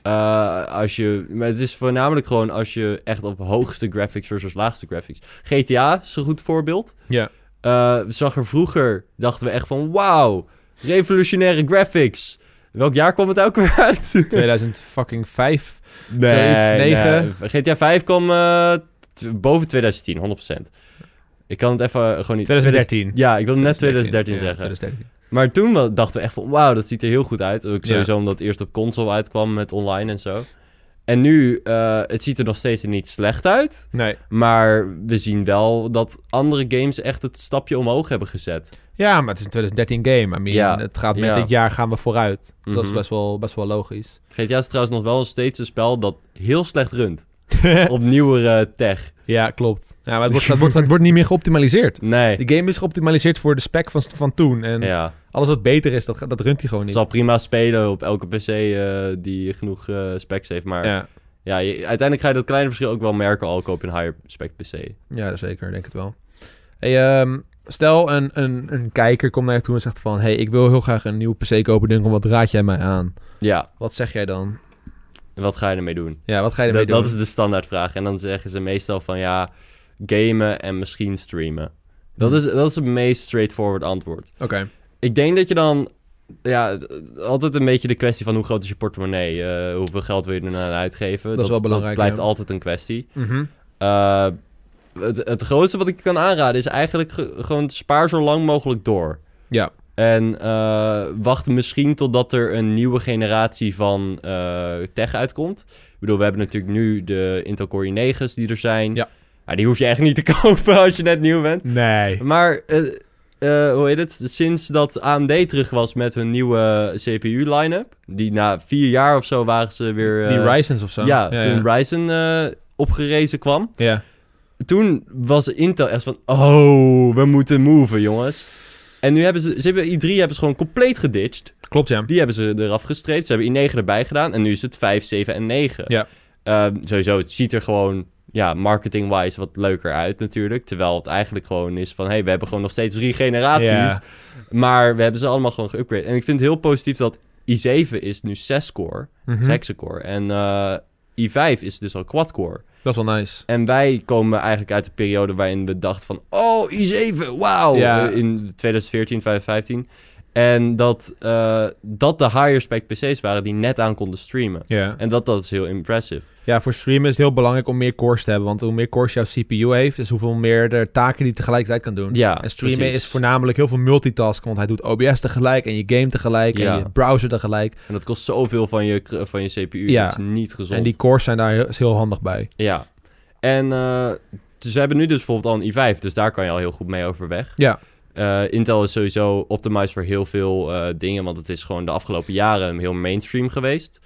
S2: Eh, als je, maar het is voornamelijk gewoon als je echt op hoogste graphics versus laagste graphics. GTA is een goed voorbeeld.
S1: Ja.
S2: Eh, zag er vroeger, dachten we echt van wauw, revolutionaire graphics. Welk jaar kwam het ook weer uit?
S1: 2005. Zoiets, negen.
S2: GTA 5 kwam eh, t- boven 2010, 100%. Ik kan het even eh, gewoon niet...
S1: 2013.
S2: Ja, ik wil net 2013
S1: Ja,
S2: zeggen.
S1: 2013.
S2: Maar toen wel- dachten we echt van, wauw, dat ziet er heel goed uit. Ook
S1: Ja.
S2: sowieso omdat het eerst op console uitkwam met online en zo. En nu, eh, het ziet er nog steeds niet slecht uit.
S1: Nee.
S2: Maar we zien wel dat andere games echt het stapje omhoog hebben gezet.
S1: Ja, maar het is een 2013 game. I mean,
S2: Ja.
S1: het gaat met
S2: Ja.
S1: dit jaar gaan we vooruit. Dus dat is
S2: Mhm.
S1: best wel, best wel logisch.
S2: GTA is trouwens nog wel steeds een spel dat heel slecht runt. op nieuwere tech.
S1: Ja, klopt. Ja, maar het wordt, het, wordt, het wordt niet meer geoptimaliseerd.
S2: Nee.
S1: De game is geoptimaliseerd voor de spec van, van toen. En
S2: Ja,
S1: alles wat beter is, dat, gaat- dat runt hij gewoon
S2: het
S1: niet.
S2: zal prima spelen op elke PC eh, die genoeg eh, specs heeft. Maar ja,
S1: Ja.
S2: je- uiteindelijk ga je dat kleine verschil ook wel merken, al koop je een higher spec PC.
S1: ja, zeker. Denk het wel. Hey, ehm, stel een, een, een kijker komt naar je toe en zegt van... hey, ik wil heel graag een nieuwe PC kopen. Duncan, wat raad jij mij aan?
S2: Ja,
S1: Wat zeg jij dan?
S2: wat ga je ermee doen?
S1: Ja, wat ga je ermee
S2: Dat,
S1: doen?
S2: dat is de standaardvraag. En dan zeggen ze meestal van ja, gamen en misschien streamen. Dat
S1: Hmm.
S2: is, dat is het meest straightforward antwoord.
S1: Oké.
S2: Ik denk dat je dan... Ja, het- altijd een beetje de kwestie van hoe groot is je portemonnee? eh, hoeveel geld wil je er nou aan uitgeven?
S1: Dat is wel belangrijk,
S2: Dat blijft
S1: ja.
S2: altijd een kwestie.
S1: Mhm.
S2: Eh, het, het grootste wat ik je kan aanraden is eigenlijk ge- gewoon spaar zo lang mogelijk door.
S1: Ja.
S2: En eh, wacht misschien totdat er een nieuwe generatie van eh, tech uitkomt. Ik bedoel, we hebben natuurlijk nu de Intel Core i9's die er zijn.
S1: Ja.
S2: Nou, die hoef je echt niet te kopen als je net nieuw bent.
S1: Nee.
S2: Maar, eh, eh, hoe heet het? Sinds dat AMD terug was met hun nieuwe eh, CPU-line-up... die na vier jaar of zo waren ze weer... eh,
S1: Die Ryzen's of zo.
S2: Ja,
S1: ja.
S2: toen Ryzen eh, opgerezen kwam
S1: Ja.
S2: toen was Intel echt van, oh, we moeten moven, jongens. En nu hebben ze, ze hebben i3 hebben ze gewoon compleet geditcht.
S1: Klopt, ja.
S2: Die hebben ze eraf gestreept. Ze hebben i9 erbij gedaan. En nu is het 5, 7 en 9.
S1: Ja.
S2: Ehm, sowieso, het ziet er gewoon, ja, marketing-wise wat leuker uit natuurlijk. Terwijl het eigenlijk gewoon is van, hey, we hebben gewoon nog steeds drie generaties.
S1: Ja.
S2: Maar we hebben ze allemaal gewoon geüpgrade. En ik vind het heel positief dat i7 is nu 6-core,
S1: Mhm.
S2: 6-core. En eh, i5 is dus al quad-core.
S1: Dat is wel nice.
S2: En wij komen eigenlijk uit de periode waarin we dachten van... Oh, i7, wauw!
S1: Ja.
S2: Eh, In 2014, 2015. En dat, eh, dat de higher spec PC's waren die net aan konden streamen.
S1: Ja.
S2: En dat, dat is heel impressive.
S1: ja, voor streamen is het heel belangrijk om meer cores te hebben. Want hoe meer cores jouw CPU heeft, is hoeveel meer de taken die tegelijkertijd kan doen.
S2: Ja,
S1: En streamen
S2: precies.
S1: is voornamelijk heel veel multitasken. Want hij doet OBS tegelijk en je game tegelijk
S2: Ja.
S1: en je browser tegelijk.
S2: En dat kost zoveel van je, kr- van je CPU.
S1: Ja.
S2: Dat is niet gezond.
S1: En die cores zijn daar heel, is heel handig bij.
S2: Ja. En eh, dus ze hebben nu dus bijvoorbeeld al een i5, dus daar kan je al heel goed mee overweg.
S1: Ja.
S2: Eh, Intel is sowieso optimized voor heel veel eh, dingen, want het is gewoon de afgelopen jaren heel mainstream geweest.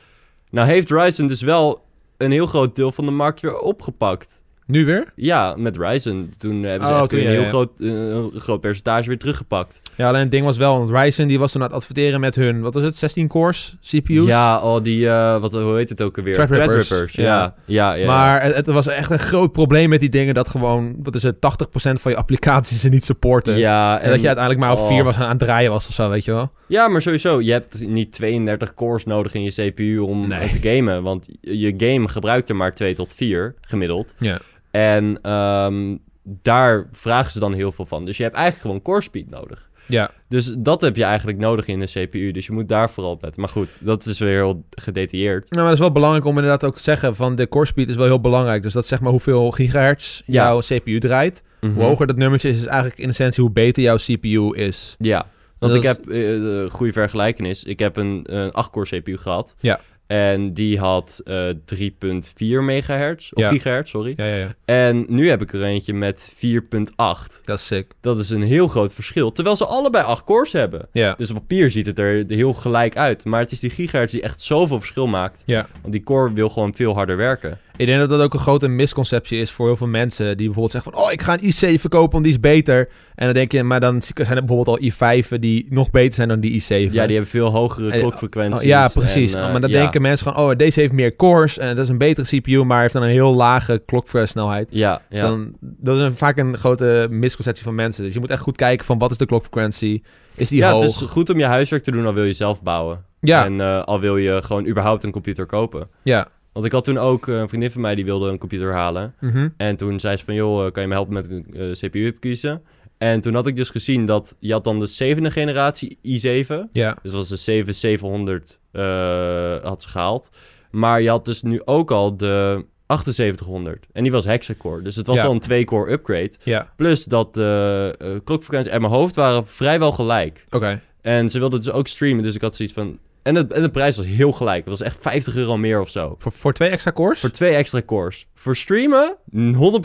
S2: Nou heeft Ryzen dus wel een heel groot deel van de markt weer opgepakt.
S1: Nu weer?
S2: Ja, met Ryzen. Toen hebben ze
S1: Oh,
S2: echt
S1: toen,
S2: weer een
S1: ja,
S2: heel
S1: ja.
S2: groot, eh, een groot percentage weer teruggepakt.
S1: Ja, alleen het ding was wel, want Ryzen die was toen aan het adverteren met hun, wat is het, 16 cores CPU's?
S2: Ja, al die, eh, wat, hoe heet het ook alweer?
S1: Threadrippers.
S2: Ja, ja,
S1: Ja.
S2: ja. ja.
S1: Maar het, het was echt een groot probleem met die dingen dat gewoon, wat is het, 80% van je applicaties ze niet supporten.
S2: ja,
S1: En, dat je uiteindelijk maar op
S2: oh.
S1: 4 was en aan het draaien was of zo, weet je wel.
S2: Ja, maar sowieso, je hebt niet 32 cores nodig in je CPU om
S1: Nee.
S2: eh, te gamen. Want je game gebruikt er maar 2 tot 4 gemiddeld.
S1: Ja.
S2: En ehm, daar vragen ze dan heel veel van. Dus je hebt eigenlijk gewoon core speed nodig.
S1: Ja.
S2: Dus dat heb je eigenlijk nodig in een CPU. Dus je moet daar vooral op letten. Maar goed, dat is weer heel gedetailleerd.
S1: Nou, maar dat is wel belangrijk om inderdaad ook te zeggen van de core speed is wel heel belangrijk. Dus dat is zeg maar hoeveel gigahertz
S2: Ja. Mhm.
S1: jouw CPU draait. Hoe hoger dat nummertje is, is eigenlijk in essentie hoe beter jouw CPU is.
S2: Ja, want
S1: Dat
S2: ik
S1: is-
S2: heb eh, een goede vergelijkenis. Ik heb een, een 8-core CPU gehad.
S1: Ja.
S2: En die had eh, 3.4 megahertz. Of
S1: Ja.
S2: gigahertz, sorry.
S1: Ja, ja, ja.
S2: En nu heb ik er eentje met 4.8.
S1: Dat is sick.
S2: Dat is een heel groot verschil. Terwijl ze allebei 8 cores hebben.
S1: Ja.
S2: Dus op papier ziet het er heel gelijk uit. Maar het is die gigahertz die echt zoveel verschil maakt.
S1: Ja.
S2: Want die core wil gewoon veel harder werken.
S1: Ik denk dat dat ook een grote misconceptie is voor heel veel mensen. Die bijvoorbeeld zeggen van, oh, ik ga een i7 kopen, want die is beter. En dan denk je, maar dan zijn er bijvoorbeeld al i5'en die nog beter zijn dan die i7.
S2: Ja, die hebben veel hogere
S1: En-
S2: klokfrequenties.
S1: Oh, ja, precies.
S2: en, eh,
S1: maar dan
S2: ja.
S1: denken mensen gewoon, oh, deze heeft meer cores en dat is een betere CPU, maar heeft dan een heel lage kloksnelheid.
S2: Ja,
S1: Dus
S2: ja.
S1: dan, dat is een, vaak een grote misconceptie van mensen. Dus je moet echt goed kijken van wat is de klokfrequentie? Is die
S2: ja
S1: hoog?
S2: het is goed om je huiswerk te doen al wil je zelf bouwen.
S1: Ja,
S2: En eh, al wil je gewoon überhaupt een computer kopen.
S1: ja.
S2: Want ik had toen ook eh, een vriendin van mij die wilde een computer halen.
S1: Mhm.
S2: En toen zei ze van, joh, eh, kan je me helpen met een eh, CPU te kiezen? En toen had ik dus gezien dat je had dan de zevende generatie i7.
S1: Ja,
S2: Dus dat was de 7700 eh had ze gehaald. Maar je had dus nu ook al de 7800. En die was hexacore. Dus het was
S1: Ja.
S2: al een twee-core upgrade.
S1: ja.
S2: Plus dat de eh, klokfrequenties en mijn hoofd waren vrijwel gelijk.
S1: Oké.
S2: En ze wilde dus ook streamen, dus ik had zoiets van... En, het, en de prijs was heel gelijk. Het was echt 50 euro meer of zo.
S1: Voor, voor twee extra cores?
S2: Voor twee extra cores. Voor streamen, 100%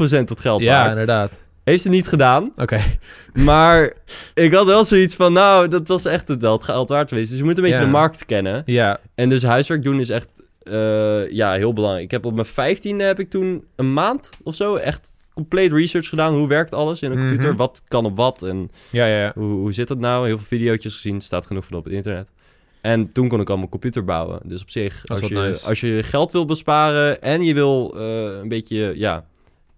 S2: dat geld
S1: ja,
S2: waard.
S1: inderdaad.
S2: Heeft ze niet gedaan.
S1: Oké.
S2: Maar ik had wel zoiets van, nou, dat was echt het wel het geld waard geweest. Dus je moet een beetje
S1: Ja.
S2: de markt kennen.
S1: Ja,
S2: En dus huiswerk doen is echt eh, ja, heel belangrijk. Ik heb op mijn 15e heb ik toen een maand of zo echt compleet research gedaan. Hoe werkt alles in een
S1: Mhm.
S2: computer? Wat kan op wat? En
S1: ja, ja. ja.
S2: hoe, hoe zit dat nou? Heel veel video's gezien, staat genoeg van op het internet. En toen kon ik al mijn computer bouwen. Dus op zich,
S1: Dat
S2: als
S1: is
S2: je,
S1: wat nice.
S2: als je geld wil besparen en je wil eh, een beetje, ja,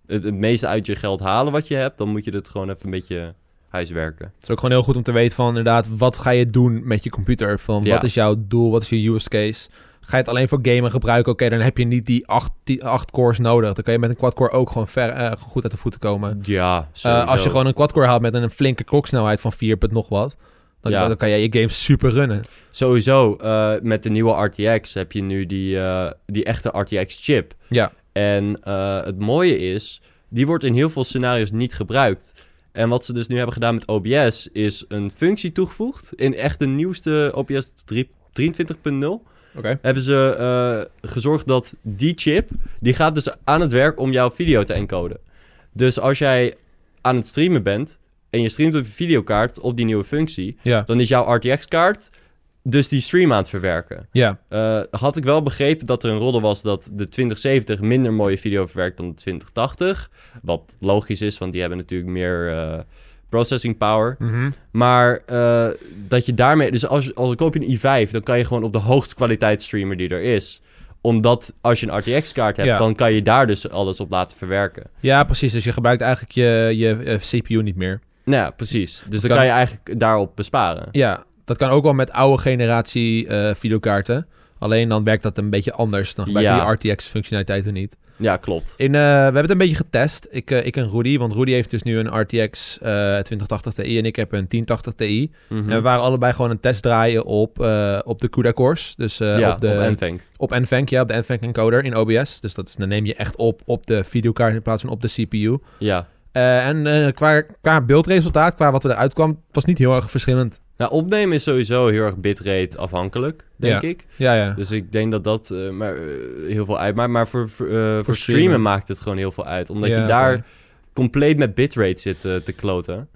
S2: het, het meeste uit je geld halen wat je hebt, dan moet je dat gewoon even een beetje huiswerken.
S1: Het is ook gewoon heel goed om te weten van inderdaad, wat ga je doen met je computer? Van
S2: Ja.
S1: wat is jouw doel? Wat is je use case? Ga je het alleen voor gamen gebruiken? Oké, dan heb je niet die acht, die acht cores nodig. Dan kan je met een quad-core ook gewoon ver, eh, goed uit de voeten komen.
S2: Ja,
S1: Eh, als je gewoon een quad-core haalt met een flinke kloksnelheid van 4, punt nog wat. Dan,
S2: Ja.
S1: dan kan jij je games super runnen.
S2: Sowieso, eh, met de nieuwe RTX heb je nu die, eh, die echte RTX-chip.
S1: Ja.
S2: En eh, het mooie is, die wordt in heel veel scenario's niet gebruikt. En wat ze dus nu hebben gedaan met OBS is een functie toegevoegd. In echt de nieuwste OBS 3 23.0
S1: Oké.
S2: hebben ze eh, gezorgd dat die chip, die gaat dus aan het werk om jouw video te encoden. Dus als jij aan het streamen bent en je streamt op je videokaart op die nieuwe functie,
S1: Ja.
S2: dan is jouw RTX-kaart dus die stream aan het verwerken.
S1: Ja.
S2: Eh, had ik wel begrepen dat er een roddel was dat de 2070 minder mooie video verwerkt dan de 2080. Wat logisch is, want die hebben natuurlijk meer eh, processing power.
S1: Mhm.
S2: Maar eh, dat je daarmee... Dus als, als koop je een i5, dan kan je gewoon op de hoogste kwaliteit streamen die er is. Omdat als je een RTX-kaart hebt,
S1: Ja.
S2: dan kan je daar dus alles op laten verwerken.
S1: ja, precies. Dus je gebruikt eigenlijk je, je eh, CPU niet meer.
S2: Nou ja, precies. Dus dan
S1: kan-
S2: kan je eigenlijk daarop besparen.
S1: Ja, dat kan ook wel met oude generatie eh, videokaarten. Alleen dan werkt dat een beetje anders. Dan gebruik je
S2: Ja.
S1: die RTX-functionaliteiten niet.
S2: Ja, klopt.
S1: In, eh, we hebben het een beetje getest. Ik, eh, ik en Rudy. Want Rudy heeft dus nu een RTX eh 2080 Ti en ik heb een 1080 Ti.
S2: Mhm.
S1: En we waren allebei gewoon een test draaien op, eh, op de CUDA cores. Dus eh,
S2: ja,
S1: op de
S2: op NVENC.
S1: op NVENC, ja, op de NVENC encoder in OBS. Dus dat is, dan neem je echt op op de videokaart in plaats van op de CPU.
S2: Ja.
S1: Eh, en eh, qua, qua beeldresultaat, qua wat eruit kwam, het was niet heel erg verschillend.
S2: Nou, opnemen is sowieso heel erg bitrate afhankelijk, denk ik.
S1: Ja, ja.
S2: Dus ik denk dat dat eh, maar, eh, heel veel uitmaakt. Maar voor, voor, eh, voor streamen.
S1: streamen.
S2: maakt het gewoon heel veel uit. Omdat
S1: Ja,
S2: je daar
S1: oké.
S2: compleet met bitrate zit eh, te kloten.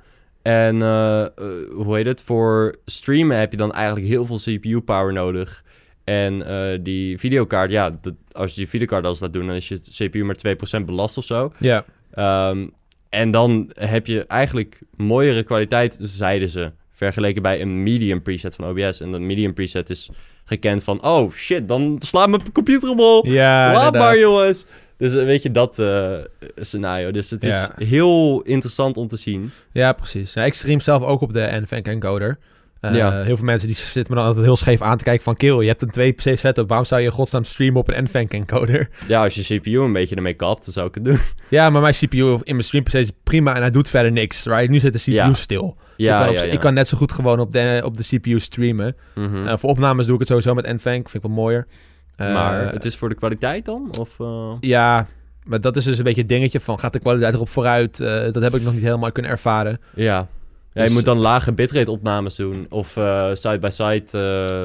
S2: En eh, eh, hoe heet het? Voor streamen heb je dan eigenlijk heel veel CPU-power nodig. En eh, die videokaart, ja, dat, als je die videokaart alles laat doen, dan is je CPU maar 2% belast of zo.
S1: Ja,
S2: Ehm, en dan heb je eigenlijk mooiere kwaliteit, zeiden ze. Vergeleken bij een medium preset van OBS. En dat medium preset is gekend van... Oh shit, dan slaat mijn computer op hol.
S1: ja
S2: Laat maar
S1: inderdaad.
S2: jongens. Dus eh, weet je, dat eh, scenario. Dus het
S1: Ja.
S2: is heel interessant om te zien.
S1: Ja, precies. Ja, ik stream zelf ook op de NVENC encoder. Eh,
S2: Ja.
S1: Heel veel mensen die zitten me dan altijd heel scheef aan te kijken van... Kill, je hebt een 2 PC setup. Waarom zou je in godsnaam streamen op een NVENC encoder?
S2: Ja, als je CPU een beetje ermee kapt, dan zou ik het doen.
S1: ja, maar mijn CPU in mijn stream PC is prima en hij doet verder niks. Right? Nu zit de CPU
S2: Ja.
S1: stil. Dus
S2: Ja,
S1: ik, kan op-
S2: ja, ja.
S1: ik kan net zo goed gewoon op de, op de CPU streamen.
S2: Mhm.
S1: Eh, voor opnames doe ik het sowieso met NVENC. Vind ik wel mooier. Eh,
S2: maar het is voor de kwaliteit dan? Of, eh?
S1: Ja, maar dat is dus een beetje het dingetje van... Gaat de kwaliteit erop vooruit? Eh, dat heb ik nog niet helemaal kunnen ervaren.
S2: Ja. Ja,
S1: Dus-
S2: je moet dan lage bitrate opnames doen. Of eh, side-by-side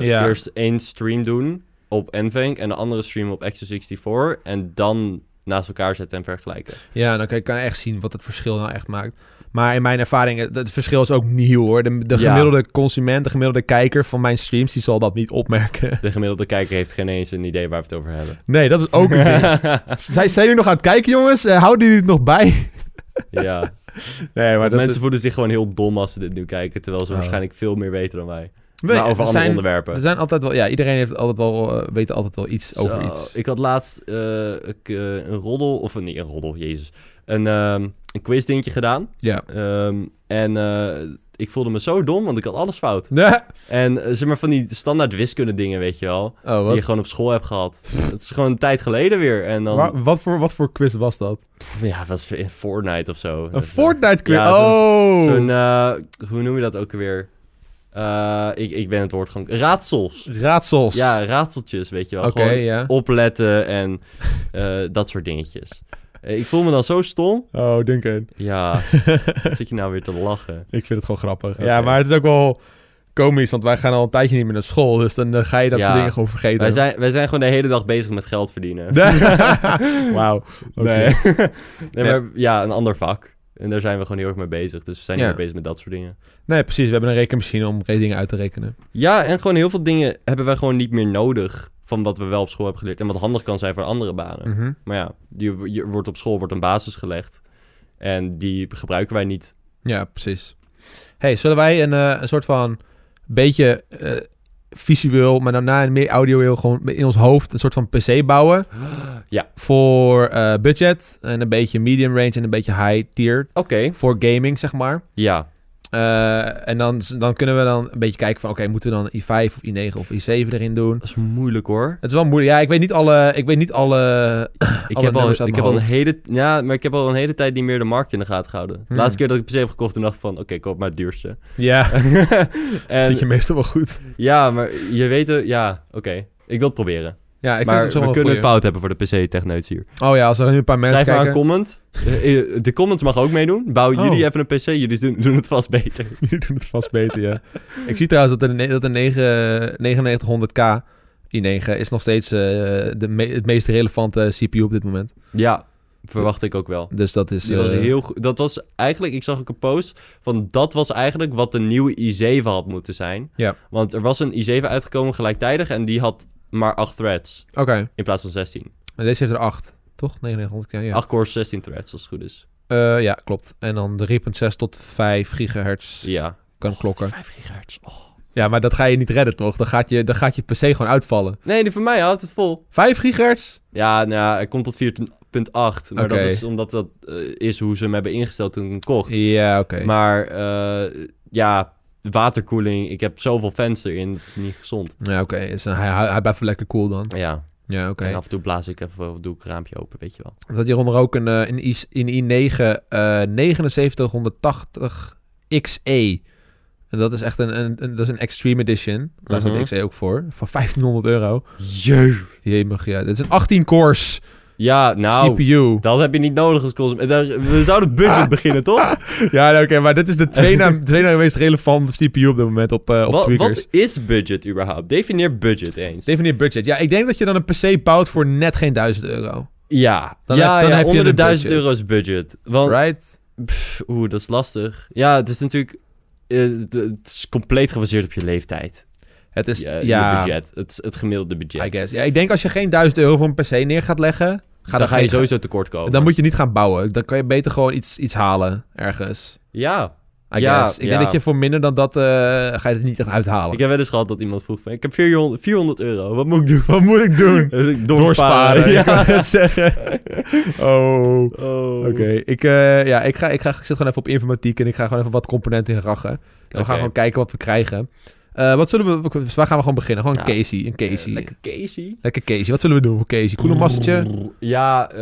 S2: eh,
S1: Ja.
S2: eerst één stream doen op NVENC en de andere stream op Action 64. En dan naast elkaar zetten en vergelijken.
S1: Ja, dan kan je kan je echt zien wat het verschil nou echt maakt. Maar in mijn ervaring, het- het verschil is ook nieuw hoor. De, de
S2: Ja.
S1: gemiddelde consument, de gemiddelde kijker van mijn streams, die zal dat niet opmerken.
S2: De gemiddelde kijker heeft geen eens een idee waar we het over hebben.
S1: Nee, dat is ook een ding. Zijn, zijn jullie nog aan het kijken jongens? Eh, houden jullie het nog bij?
S2: ja.
S1: Nee,
S2: Want mensen voelen zich gewoon heel dom als ze dit nu kijken. Terwijl ze
S1: Oh.
S2: waarschijnlijk veel meer weten dan wij.
S1: We-
S2: maar over
S1: er
S2: andere
S1: zijn-
S2: onderwerpen.
S1: Er zijn altijd wel, ja, iedereen heeft altijd wel, eh, weet altijd wel iets over
S2: Zo,
S1: iets.
S2: Ik had laatst eh, ik, eh, een roddel, of een- nee, een roddel, jezus. Een, ehm, een quizdingetje gedaan.
S1: Ja.
S2: Ehm, en eh, ik voelde me zo dom, want ik had alles fout.
S1: Nee.
S2: En eh, zeg maar van die standaard wiskunde dingen, weet je wel.
S1: Oh,
S2: Die je
S1: wat,
S2: gewoon op school hebt gehad. Het is gewoon een tijd geleden weer. En dan,
S1: Waar- wat, voor, wat voor quiz was dat?
S2: pff, ja, het was in Fortnite of zo.
S1: Een Fortnite quiz?
S2: Ja, zo'n-
S1: oh!
S2: Zo'n, eh, hoe noem je dat ook weer? Eh, ik, ik ben het woord gewoon... Raadsels.
S1: Raadsels.
S2: Ja, raadseltjes, weet je wel.
S1: Oké,
S2: Gewoon
S1: ja.
S2: opletten en eh, dat soort dingetjes. Eh, ik voel me dan zo stom.
S1: Oh, denk ik.
S2: Ja, wat zit je nou weer te lachen?
S1: Ik vind het gewoon grappig.
S2: Oké.
S1: Ja, maar het is ook wel komisch, want wij gaan al een tijdje niet meer naar school. Dus dan eh, ga je dat
S2: Ja.
S1: soort dingen gewoon vergeten.
S2: Wij zijn, wij zijn gewoon de hele dag bezig met geld verdienen.
S1: Wauw.
S2: Nee.
S1: Oké.
S2: nee, maar ja, een ander vak. En daar zijn we gewoon heel erg mee bezig. Dus we zijn heel
S1: Ja.
S2: erg bezig met dat soort dingen.
S1: Nee, precies. We hebben een rekenmachine om dingen uit te rekenen.
S2: Ja, en gewoon heel veel dingen hebben wij gewoon niet meer nodig. Van wat we wel op school hebben geleerd. En wat handig kan zijn voor andere banen.
S1: Mhm.
S2: Maar ja, je, je wordt op school wordt een basis gelegd. En die gebruiken wij niet.
S1: Ja, precies. Hey, zullen wij een, eh, een soort van beetje eh, visueel, maar daarna een meer audioeel, gewoon in ons hoofd een soort van PC bouwen?
S2: Ja.
S1: Voor eh, budget en een beetje medium range en een beetje high tier.
S2: Oké,
S1: Voor gaming, zeg maar.
S2: ja.
S1: Eh, en dan, dan kunnen we dan een beetje kijken van... oké, moeten we dan i5 of i9 of i7 erin doen?
S2: Dat is moeilijk hoor.
S1: Het is wel moeilijk. Ja, ik weet niet alle... Ik weet niet alle...
S2: Ik,
S1: Alle
S2: heb al,
S1: nummers uit
S2: ik heb
S1: mijn
S2: al een
S1: hoofd.
S2: hele, ja, maar ik heb al een hele tijd niet meer de markt in de gaten gehouden. De
S1: Hmm.
S2: laatste keer dat ik PC heb gekocht, toen dacht ik van, oké, koop maar het duurste.
S1: Ja,
S2: en
S1: zit je meestal wel goed.
S2: ja, maar je weet, het- ja, oké. Ik wil het proberen.
S1: Ja, ik
S2: maar we
S1: vind het
S2: kunnen
S1: op zich wel een
S2: het fout hebben voor de PC-techneuts hier.
S1: goeie. Oh ja, als er nu een paar mensen
S2: Schrijf maar een
S1: kijken...
S2: comment. Eh, eh, De comments mag ook meedoen. Bouwen
S1: Oh.
S2: jullie even een PC, jullie doen, doen het vast beter.
S1: Die doen het vast beter, ja. ik zie trouwens dat de, ne- dat de negen- 9900K i9 is nog steeds eh, de me- het meest relevante CPU op dit moment.
S2: Ja, verwacht ik ook wel.
S1: Dus dat is...
S2: Die was
S1: eh,
S2: heel goed. Dat was eigenlijk, ik zag ook een post van dat was eigenlijk wat de nieuwe i7 had moeten zijn.
S1: Ja.
S2: Want er was een i7 uitgekomen gelijktijdig en die had maar 8 threads
S1: Oké,
S2: in plaats van 16.
S1: en deze heeft er 8, toch? 9900K, ja.
S2: 8 cores, 16 threads als het goed is.
S1: Eh, ja, klopt. En dan de 3.6 tot 5 gigahertz
S2: Ja.
S1: kan klokken.
S2: 5 gigahertz. Oh.
S1: Ja, maar dat ga je niet redden, toch? Dan gaat je, dan gaat je PC gewoon uitvallen.
S2: Nee, die van mij houdt het vol.
S1: 5 gigahertz?
S2: Ja, nou ja, hij komt tot 4.8. Maar
S1: Oké.
S2: dat is omdat dat eh, is hoe ze hem hebben ingesteld toen ik hem kocht.
S1: Ja, oké.
S2: Maar eh, ja, waterkoeling. Ik heb zoveel fans erin. Dat is niet gezond.
S1: Ja, oké. Dus dan- hij, hij, hij blijft wel lekker cool dan.
S2: Ja,
S1: Ja, oké.
S2: en af en toe blaas ik even, of doe ik een raampje open, weet je wel.
S1: Dat hieronder ook een, eh, een, I, een i9 eh 7980 XE. En dat is echt een, een, een- dat is een Extreme Edition. Daar
S2: Mhm.
S1: staat XE ook voor. Van 1500 euro.
S2: Jeu.
S1: Jemig, ja. Dit is een 18 cores
S2: Ja, nou,
S1: CPU.
S2: dat heb je niet nodig als consument. Daar- We zouden budget beginnen, toch?
S1: Ja, nee, oké. maar dit is de twee na, twee na meest relevante CPU op dit moment op, eh op
S2: Wat,
S1: tweakers.
S2: wat is budget überhaupt? Defineer budget eens.
S1: Defineer budget. Ja, ik denk dat je dan een PC bouwt voor net geen 1000 euro.
S2: ja,
S1: Dan
S2: ja,
S1: heb- dan
S2: ja,
S1: heb je
S2: onder de
S1: een
S2: 1000
S1: budget.
S2: euro's budget. Want,
S1: Right?
S2: pff, oeh, dat is lastig. Ja, het is natuurlijk... eh, Het het is compleet gebaseerd op je leeftijd.
S1: Het is,
S2: Ja,
S1: ja,
S2: Je budget. Het, het gemiddelde budget.
S1: I guess. Ja, ik denk als je geen 1000 euro voor een PC neer gaat leggen, ga
S2: dan ga je
S1: geen-
S2: sowieso tekort komen.
S1: dan moet je niet gaan bouwen. Dan kan je beter gewoon iets, iets halen ergens.
S2: Ja,
S1: I
S2: Ja,
S1: guess. Ik
S2: ja.
S1: denk dat je voor minder dan dat eh, ga je het niet echt uithalen.
S2: Ik heb wel eens gehad dat iemand vroeg van... Ik heb 400, 400 euro, wat moet ik doen?
S1: Wat moet ik doen?
S2: Dus ik doorsparen.
S1: Doorsparen, ik
S2: Ja.
S1: kan het zeggen. Oh, oké.
S2: Oh.
S1: Ik, eh, ja, ik, ga, ik, ga, ik zit gewoon even op informatiek en ik ga gewoon even wat componenten in rachen. En we
S2: Oké.
S1: gaan gewoon kijken wat we krijgen. Eh, wat zullen we, dus waar gaan we gewoon beginnen? Gewoon
S2: Ja.
S1: Casey, een Casey.
S2: Eh,
S1: lekker.
S2: lekker Casey.
S1: Casey. Wat zullen we doen voor Casey? Koele mastertje?
S2: Ja, eh,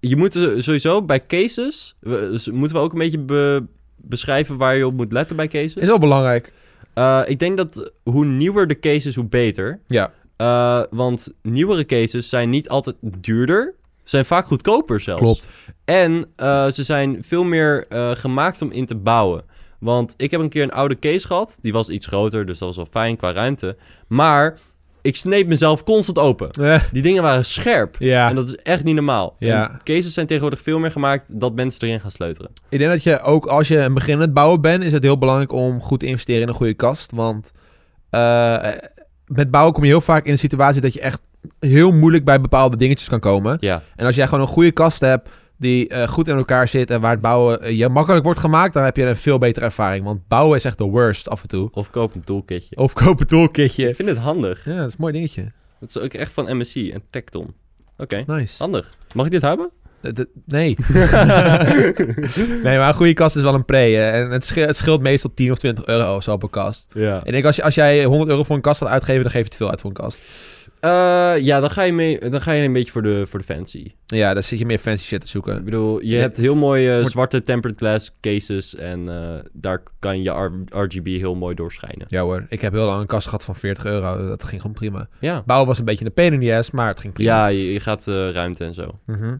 S2: je moet eh, sowieso bij cases... we- dus moeten we ook een beetje be- beschrijven waar je op moet letten bij cases?
S1: Is wel belangrijk.
S2: Eh, ik denk dat hoe nieuwer de case is, hoe beter.
S1: Ja.
S2: Eh, want nieuwere cases zijn niet altijd duurder. Zijn vaak goedkoper zelfs.
S1: Klopt.
S2: En eh, ze zijn veel meer eh, gemaakt om in te bouwen. Want ik heb een keer een oude case gehad. Die was iets groter, dus dat was wel fijn qua ruimte. Maar ik sneed mezelf constant open.
S1: Eh,
S2: Die dingen waren scherp.
S1: ja.
S2: En dat is echt niet normaal.
S1: Ja.
S2: En cases zijn tegenwoordig veel meer gemaakt dat mensen erin gaan sleutelen.
S1: Ik denk dat je ook als je een beginnend bouwer bent, is het heel belangrijk om goed te investeren in een goede kast. Want eh, met bouwen kom je heel vaak in een situatie dat je echt heel moeilijk bij bepaalde dingetjes kan komen.
S2: Ja,
S1: En als jij gewoon een goede kast hebt die eh, goed in elkaar zit en waar het bouwen eh, je makkelijk wordt gemaakt, dan heb je een veel betere ervaring. Want bouwen is echt de worst af en toe.
S2: of koop een toolkitje.
S1: Of koop een
S2: Ik
S1: toolkitje.
S2: vind het handig.
S1: Ja, dat is een mooi dingetje.
S2: Dat is ook echt van MSI en Tecton. Oké,
S1: Nice.
S2: handig. Mag ik dit hebben?
S1: Eh, d- nee. nee, maar een goede kast is wel een pre. hè. En het, sche- het scheelt meestal 10 of 20 euro of zo op een kast.
S2: Ja.
S1: Ik denk, als, je, als jij 100 euro voor een kast gaat uitgeven, dan geef je te veel uit voor een kast.
S2: Eh, ja, dan ga, je mee, dan ga je een beetje voor de, voor de fancy.
S1: Ja, dan zit je meer fancy shit te
S2: Ik
S1: zoeken.
S2: bedoel, je
S1: Ja,
S2: hebt heel mooie
S1: voor-
S2: zwarte tempered glass cases en eh, daar kan je R- RGB heel mooi doorschijnen.
S1: Ja hoor, ik heb heel lang een kast gehad van 40 euro. Dat ging gewoon prima.
S2: Ja,
S1: Bouwen was een beetje een pain in the ass, maar het ging prima.
S2: ja je, je gaat eh, ruimte en zo. Maar
S1: Mhm.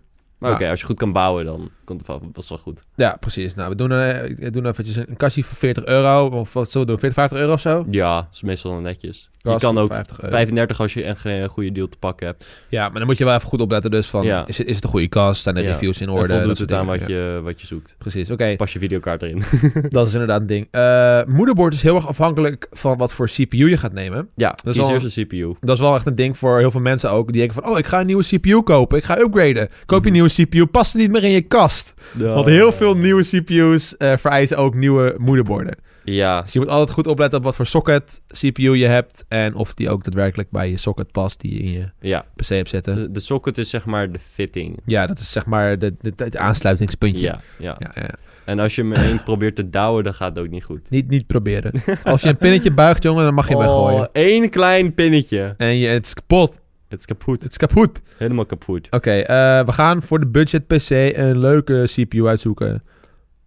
S2: oké, als je goed kan bouwen, dan komt het wel, was wel goed.
S1: Ja, precies. Nou, we doen, eh, ik- ik doe eventjes een, een kastje voor 40 euro. Of wat zullen we doen? 40, 50 euro of zo?
S2: Ja, dat is meestal wel netjes.
S1: Kast
S2: je kan
S1: voor
S2: ook
S1: 50 euro.
S2: 35 als je echt geen goede deal te pakken hebt.
S1: Ja, maar dan moet je wel even goed opletten dus van...
S2: Ja.
S1: Is, het, is het een goede kast? Zijn de
S2: Ja.
S1: reviews in
S2: En
S1: orde?
S2: voldoet
S1: Dat
S2: het
S1: soort
S2: aan
S1: dingen,
S2: wat,
S1: ja.
S2: je, wat je zoekt.
S1: Precies, oké.
S2: Pas je videokaart erin.
S1: Dat is inderdaad een ding. Eh moederbord is heel erg afhankelijk van wat voor CPU je gaat nemen.
S2: ja,
S1: is
S2: kies
S1: al-
S2: eerst een CPU.
S1: Dat is wel echt een ding voor heel veel mensen ook. Die denken van, oh, ik ga een nieuwe CPU kopen. Ik ga upgraden. Koop
S2: Mhm.
S1: je een nieuwe CPU, past het niet meer in je kast. Want heel veel nieuwe CPU's eh, vereisen ook nieuwe moederborden.
S2: Ja,
S1: Dus je moet altijd goed opletten op wat voor socket CPU je hebt. En of die ook daadwerkelijk bij je socket past die je in je
S2: ja.
S1: PC hebt zitten.
S2: De, de socket is zeg maar de fitting.
S1: Ja, dat is zeg maar de, de, het aansluitingspuntje.
S2: Ja, ja.
S1: Ja, ja.
S2: En als je hem heen probeert te douwen, dan gaat het ook niet goed.
S1: Niet, niet proberen. Als je een pinnetje buigt, jongen, dan mag je
S2: Oh.
S1: hem weggooien.
S2: één klein pinnetje.
S1: En je, het is kapot.
S2: Het is kapot.
S1: Het is kapot.
S2: Helemaal kapot.
S1: Oké, eh, we gaan voor de budget PC een leuke CPU uitzoeken.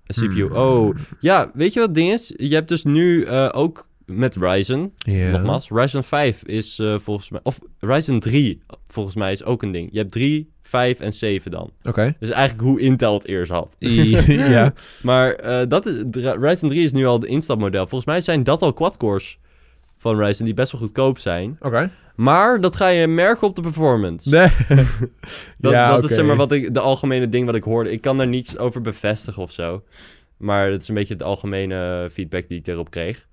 S2: Een CPU.
S1: Hmm.
S2: Oh, ja. Weet je wat het ding is? Je hebt dus nu eh, ook met Ryzen,
S1: Ja.
S2: nogmaals. Ryzen 5 is eh, volgens mij... Of Ryzen 3, volgens mij, is ook een ding. Je hebt 3, 5 en 7 dan.
S1: Oké.
S2: Dus eigenlijk hoe Intel het eerst had.
S1: ja.
S2: Maar eh, dat is, de- Ryzen 3 is nu al het instapmodel. Volgens mij zijn dat al quad-cores van Ryzen die best wel goedkoop zijn.
S1: Oké.
S2: Maar dat ga je merken op de performance.
S1: Nee.
S2: Dat,
S1: Ja,
S2: dat
S1: oké.
S2: is zeg maar wat ik, de algemene ding wat ik hoorde. Ik kan daar niets over bevestigen of zo. Maar dat is een beetje de algemene feedback die ik erop kreeg.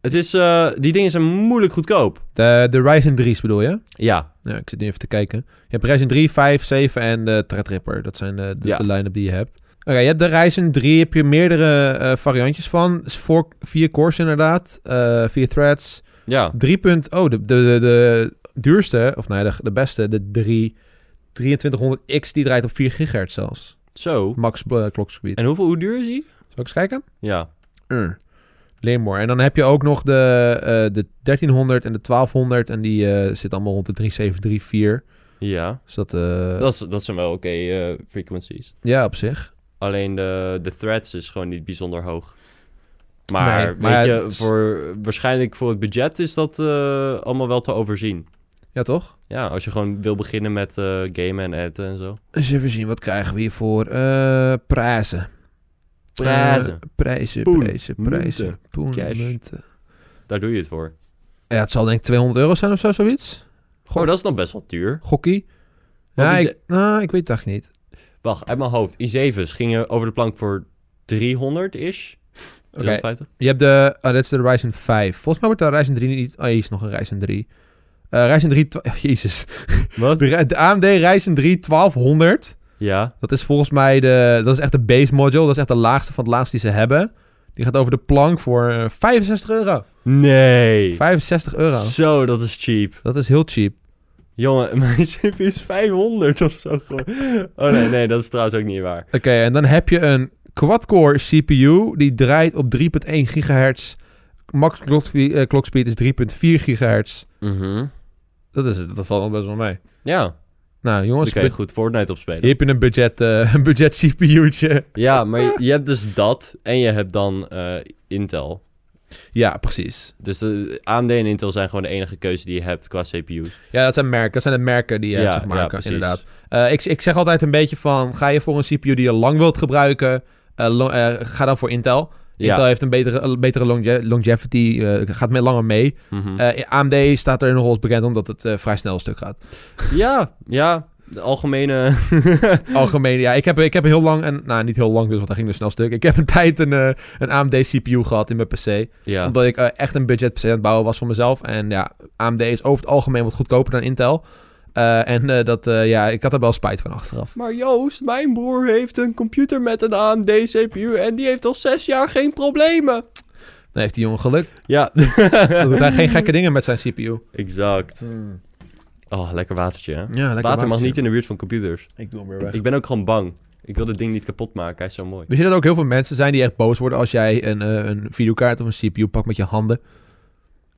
S2: Het is, eh, die dingen zijn moeilijk goedkoop.
S1: De, de Ryzen 3's bedoel je?
S2: Ja,
S1: Ja, ik zit nu even te kijken. Je hebt Ryzen 3, 5, 7 en de Threadripper. Dat zijn de, dus
S2: Ja.
S1: de line-up die je hebt. Oké, je hebt de Ryzen 3, heb je meerdere eh, variantjes van. Is Voor, vier cores inderdaad, eh, vier threads.
S2: ja.
S1: 3. punt- Oh, de, de, de, de duurste, of nee, de, de beste, de 3, 2300X, die draait op 4 gigahertz zelfs.
S2: Zo.
S1: Max eh, kloksgebied.
S2: En hoeveel, hoe duur is die?
S1: Zal ik eens kijken?
S2: Ja.
S1: Uh. Leermoor. En dan heb je ook nog de, eh, de 1300 en de 1200. En die eh, zit allemaal rond de 3734.
S2: Ja.
S1: Dus dat, eh,
S2: Dat, is, dat zijn wel oké eh, frequencies.
S1: Ja, op zich.
S2: Alleen de, de threads is gewoon niet bijzonder hoog. Maar,
S1: Nee,
S2: weet
S1: maar
S2: je,
S1: het is-
S2: voor, waarschijnlijk voor het budget is dat eh, allemaal wel te overzien.
S1: Ja, toch?
S2: Ja, als je gewoon wil beginnen met eh, gamen en editen en zo.
S1: Dus even zien, wat krijgen we hiervoor? Eh prijzen.
S2: Prijzen.
S1: Eh, prijzen,
S2: Poen,
S1: prijzen, prijzen.
S2: munten,
S1: Poen,
S2: cash.
S1: munten.
S2: Daar doe je het voor.
S1: Ja, het zal denk ik 200 euro zijn of zo, zoiets. Goh.
S2: Oh, dat is nog best wel duur.
S1: Gokkie.
S2: Want
S1: Ja,
S2: ik
S1: ik, nou, ik weet het eigenlijk niet.
S2: Wacht, uit mijn hoofd. i7's gingen over de plank voor 300-ish.
S1: Oké,
S2: 350.
S1: Je hebt de... Oh, dit is de Ryzen 5. Volgens mij wordt de Ryzen 3 niet... Oh, hier is nog een Ryzen 3. Eh Ryzen 3... twa- Jezus.
S2: Wat?
S1: De, Ry- de AMD Ryzen 3 1200.
S2: Ja.
S1: Dat is volgens mij de... Dat is echt de base module. Dat is echt de laagste van het laagste die ze hebben. Die gaat over de plank voor eh, 65 euro.
S2: Nee.
S1: 65 euro.
S2: Zo, dat is cheap.
S1: Dat is heel cheap.
S2: Jongen, mijn zip is 500 of zo. gewoon. Oh nee, nee, dat is trouwens ook niet waar.
S1: Oké, en dan heb je een quad-core CPU. Die draait op 3.1 gigahertz. Max clock- eh, clock speed is 3.4 gigahertz.
S2: Mhm.
S1: Dat, is, het. dat valt wel best wel mee.
S2: Ja,
S1: Nou
S2: dan
S1: jongens,
S2: kan je goed Fortnite opspelen.
S1: hier heb je een budget, eh, een budget CPU'tje.
S2: Ja, maar je- je hebt dus dat en je hebt dan eh, Intel.
S1: Ja, precies.
S2: Dus de AMD en Intel zijn gewoon de enige keuze die je hebt qua CPU's.
S1: Ja, dat zijn merken. Dat zijn de merken die je hebt, zeg maar, kan-
S2: precies.
S1: inderdaad. Eh, ik, ik zeg altijd een beetje van, ga je voor een CPU die je lang wilt gebruiken, eh, lo- eh, ga dan voor Intel.
S2: Ja.
S1: Intel heeft een betere, een betere longe- longevity, eh, gaat mee, langer mee.
S2: mhm.
S1: Eh, AMD staat er nogal als bekend omdat het eh, vrij snel stuk gaat.
S2: Ja, ja. De algemene...
S1: Algemeen, ja, ik heb, ik heb heel lang, en, nou niet heel lang dus, want hij ging dus snel stuk. Ik heb een tijd een, eh, een AMD CPU gehad in mijn PC.
S2: ja.
S1: Omdat ik eh, echt een budget PC aan het bouwen was voor mezelf. En ja, AMD is over het algemeen wat goedkoper dan Intel. Eh, en eh, dat, eh, ja, ik had er wel spijt van achteraf.
S2: Maar Joost, mijn broer heeft een computer met een AMD-CPU en die heeft al zes jaar geen problemen.
S1: Dan heeft die jongen geluk.
S2: Ja,
S1: Dan doet hij geen gekke dingen met zijn CPU.
S2: exact. Oh, lekker watertje, hè?
S1: Ja, lekker
S2: Water mag
S1: watertje.
S2: niet in de buurt van computers.
S1: Ik doe hem weer weg.
S2: Ik ben ook gewoon bang. Ik wil dit ding niet kapot maken, hij is zo mooi.
S1: Weet je dat er ook heel veel mensen zijn die echt boos worden als jij een, eh, een videokaart of een CPU pakt met je handen?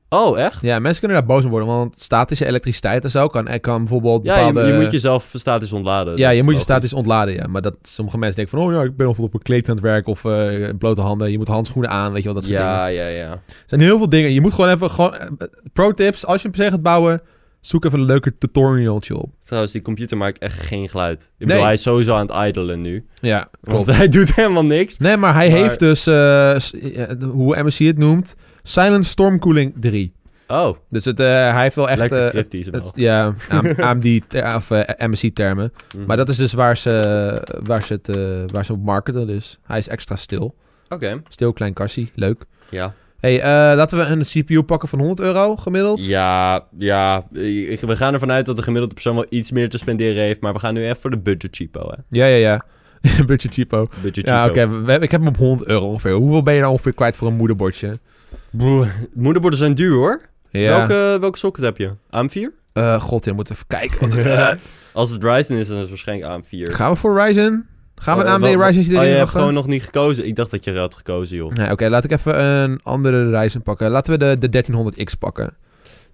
S2: Oh, echt?
S1: Ja, mensen kunnen daar boos om worden, want statische elektriciteit en zo kan, eh, kan bijvoorbeeld
S2: Ja,
S1: bepaalde...
S2: je, je moet jezelf statisch ontladen.
S1: ja,
S2: Dat
S1: je
S2: is
S1: moet je
S2: logisch.
S1: statisch ontladen, ja. Maar dat sommige mensen denken van, oh ja, ik ben bijvoorbeeld op een kleed aan het werk of eh, blote handen. Je moet handschoenen aan, weet je wel, dat soort dingen.
S2: Ja, ja, ja.
S1: Er zijn heel veel dingen. Je moet gewoon even, gewoon, eh, pro tips, als je een PC gaat bouwen, zoek even een leuke tutorialtje op.
S2: Trouwens, die computer maakt echt geen geluid. Ik
S1: Nee.
S2: bedoel, hij is sowieso aan het idelen nu.
S1: Ja,
S2: Want hij doet helemaal niks.
S1: Nee, maar hij
S2: Maar-
S1: heeft dus, eh, s- eh, hoe MSC het noemt, Silent Storm Cooling 3.
S2: Oh,
S1: Dus het, eh, hij heeft wel echt...
S2: lekker
S1: eh,
S2: cryptisch wel.
S1: het- ja, AM- AMD ter- of eh, MSC-termen.
S2: Mhm.
S1: Maar dat is dus waar ze, waar, ze het, eh, waar ze op marketen. Dus hij is extra stil.
S2: Oké,
S1: Stil, klein kassie. Leuk.
S2: ja.
S1: hey, eh, laten we een CPU pakken van 100 euro gemiddeld.
S2: Ja, ja. Ik- We gaan ervan uit dat de gemiddelde persoon wel iets meer te spenderen heeft. Maar we gaan nu even voor de budget cheapo, hè.
S1: Ja, ja, ja. Budget cheapo.
S2: Budget
S1: Ja,
S2: cheapo.
S1: oké. we- we- ik heb hem op 100 euro ongeveer. Hoeveel ben je nou ongeveer kwijt voor een moederbordje?
S2: Broer, Moederborden zijn duur, hoor.
S1: Ja.
S2: Welke, welke socket heb je? AM4?
S1: Eh, God, je moet even kijken.
S2: Als het Ryzen is, dan is het waarschijnlijk AM4.
S1: Gaan we voor Ryzen? Gaan we een
S2: Eh,
S1: AMD
S2: wel-
S1: Ryzen erin
S2: Oh, je hebt
S1: wachten?
S2: gewoon nog niet gekozen. Ik dacht dat je er had gekozen, joh.
S1: Nee, oké, laat ik even een andere Ryzen pakken. Laten we de, de 1300X pakken.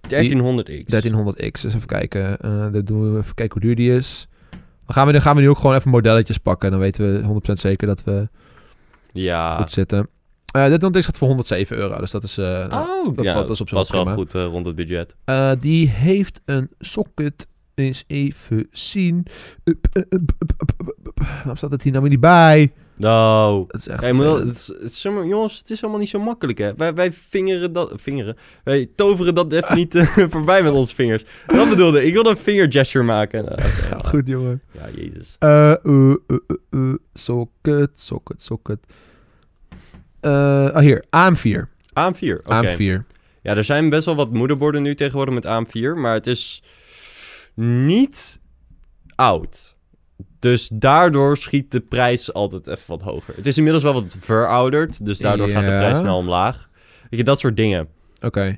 S2: 1300X.
S1: 1300X, dus even kijken. Eh dat doen we even kijken hoe duur die is. Dan gaan we, nu- gaan we nu ook gewoon even modelletjes pakken. Dan weten we 100% zeker dat we
S2: Ja.
S1: goed zitten. Eh 1300X gaat voor 107 euro, dus dat is... eh,
S2: Oh,
S1: dat
S2: ja,
S1: valt- dat is op zich
S2: past wel
S1: prima.
S2: goed eh, rond het budget.
S1: eh, die heeft een socket. Eens even zien. Up, up, up, up, up, up, up. Waarom staat het hier nou weer niet bij?
S2: Nou,
S1: Dat is echt...
S2: Ja, je moet wel-
S1: vervelend.
S2: het is- het is helemaal- jongens, het is allemaal niet zo makkelijk, hè. Wij, wij vingeren dat... Vingeren? Wij toveren dat even niet eh, voorbij met onze vingers. Dat bedoelde ik. Ik wilde een finger gesture maken. Nou, oké, ja.
S1: Goed, jongen.
S2: Ja, jezus.
S1: Eh, eh, eh, eh, eh, socket, socket, socket. Eh, ah, hier. AM4.
S2: AM4, oké.
S1: AM4.
S2: Ja, er zijn best wel wat moederborden nu tegenwoordig met AM4, maar het is niet oud. Dus daardoor schiet de prijs altijd even wat hoger. Het is inmiddels wel wat verouderd, dus daardoor gaat de
S1: Ja.
S2: prijs snel omlaag. Weet je, dat soort dingen.
S1: Oké. Oké,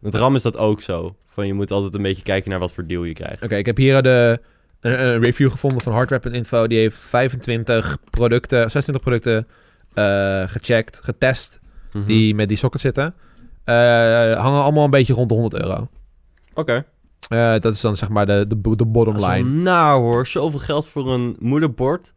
S2: Met RAM is dat ook zo. Van je moet altijd een beetje kijken naar wat voor deal je krijgt.
S1: ik heb hier eh, de, een, een review gevonden van Hardware.info. Die heeft 25 producten, 26 producten eh, gecheckt, getest.
S2: Mhm.
S1: Die met die socket zitten. Eh, hangen allemaal een beetje rond de 100 euro.
S2: Oké.
S1: Eh, dat is dan zeg maar de, de, bo- de bottom
S2: Dat is wel
S1: line.
S2: naar nou, hoor, zoveel geld voor een moederbord.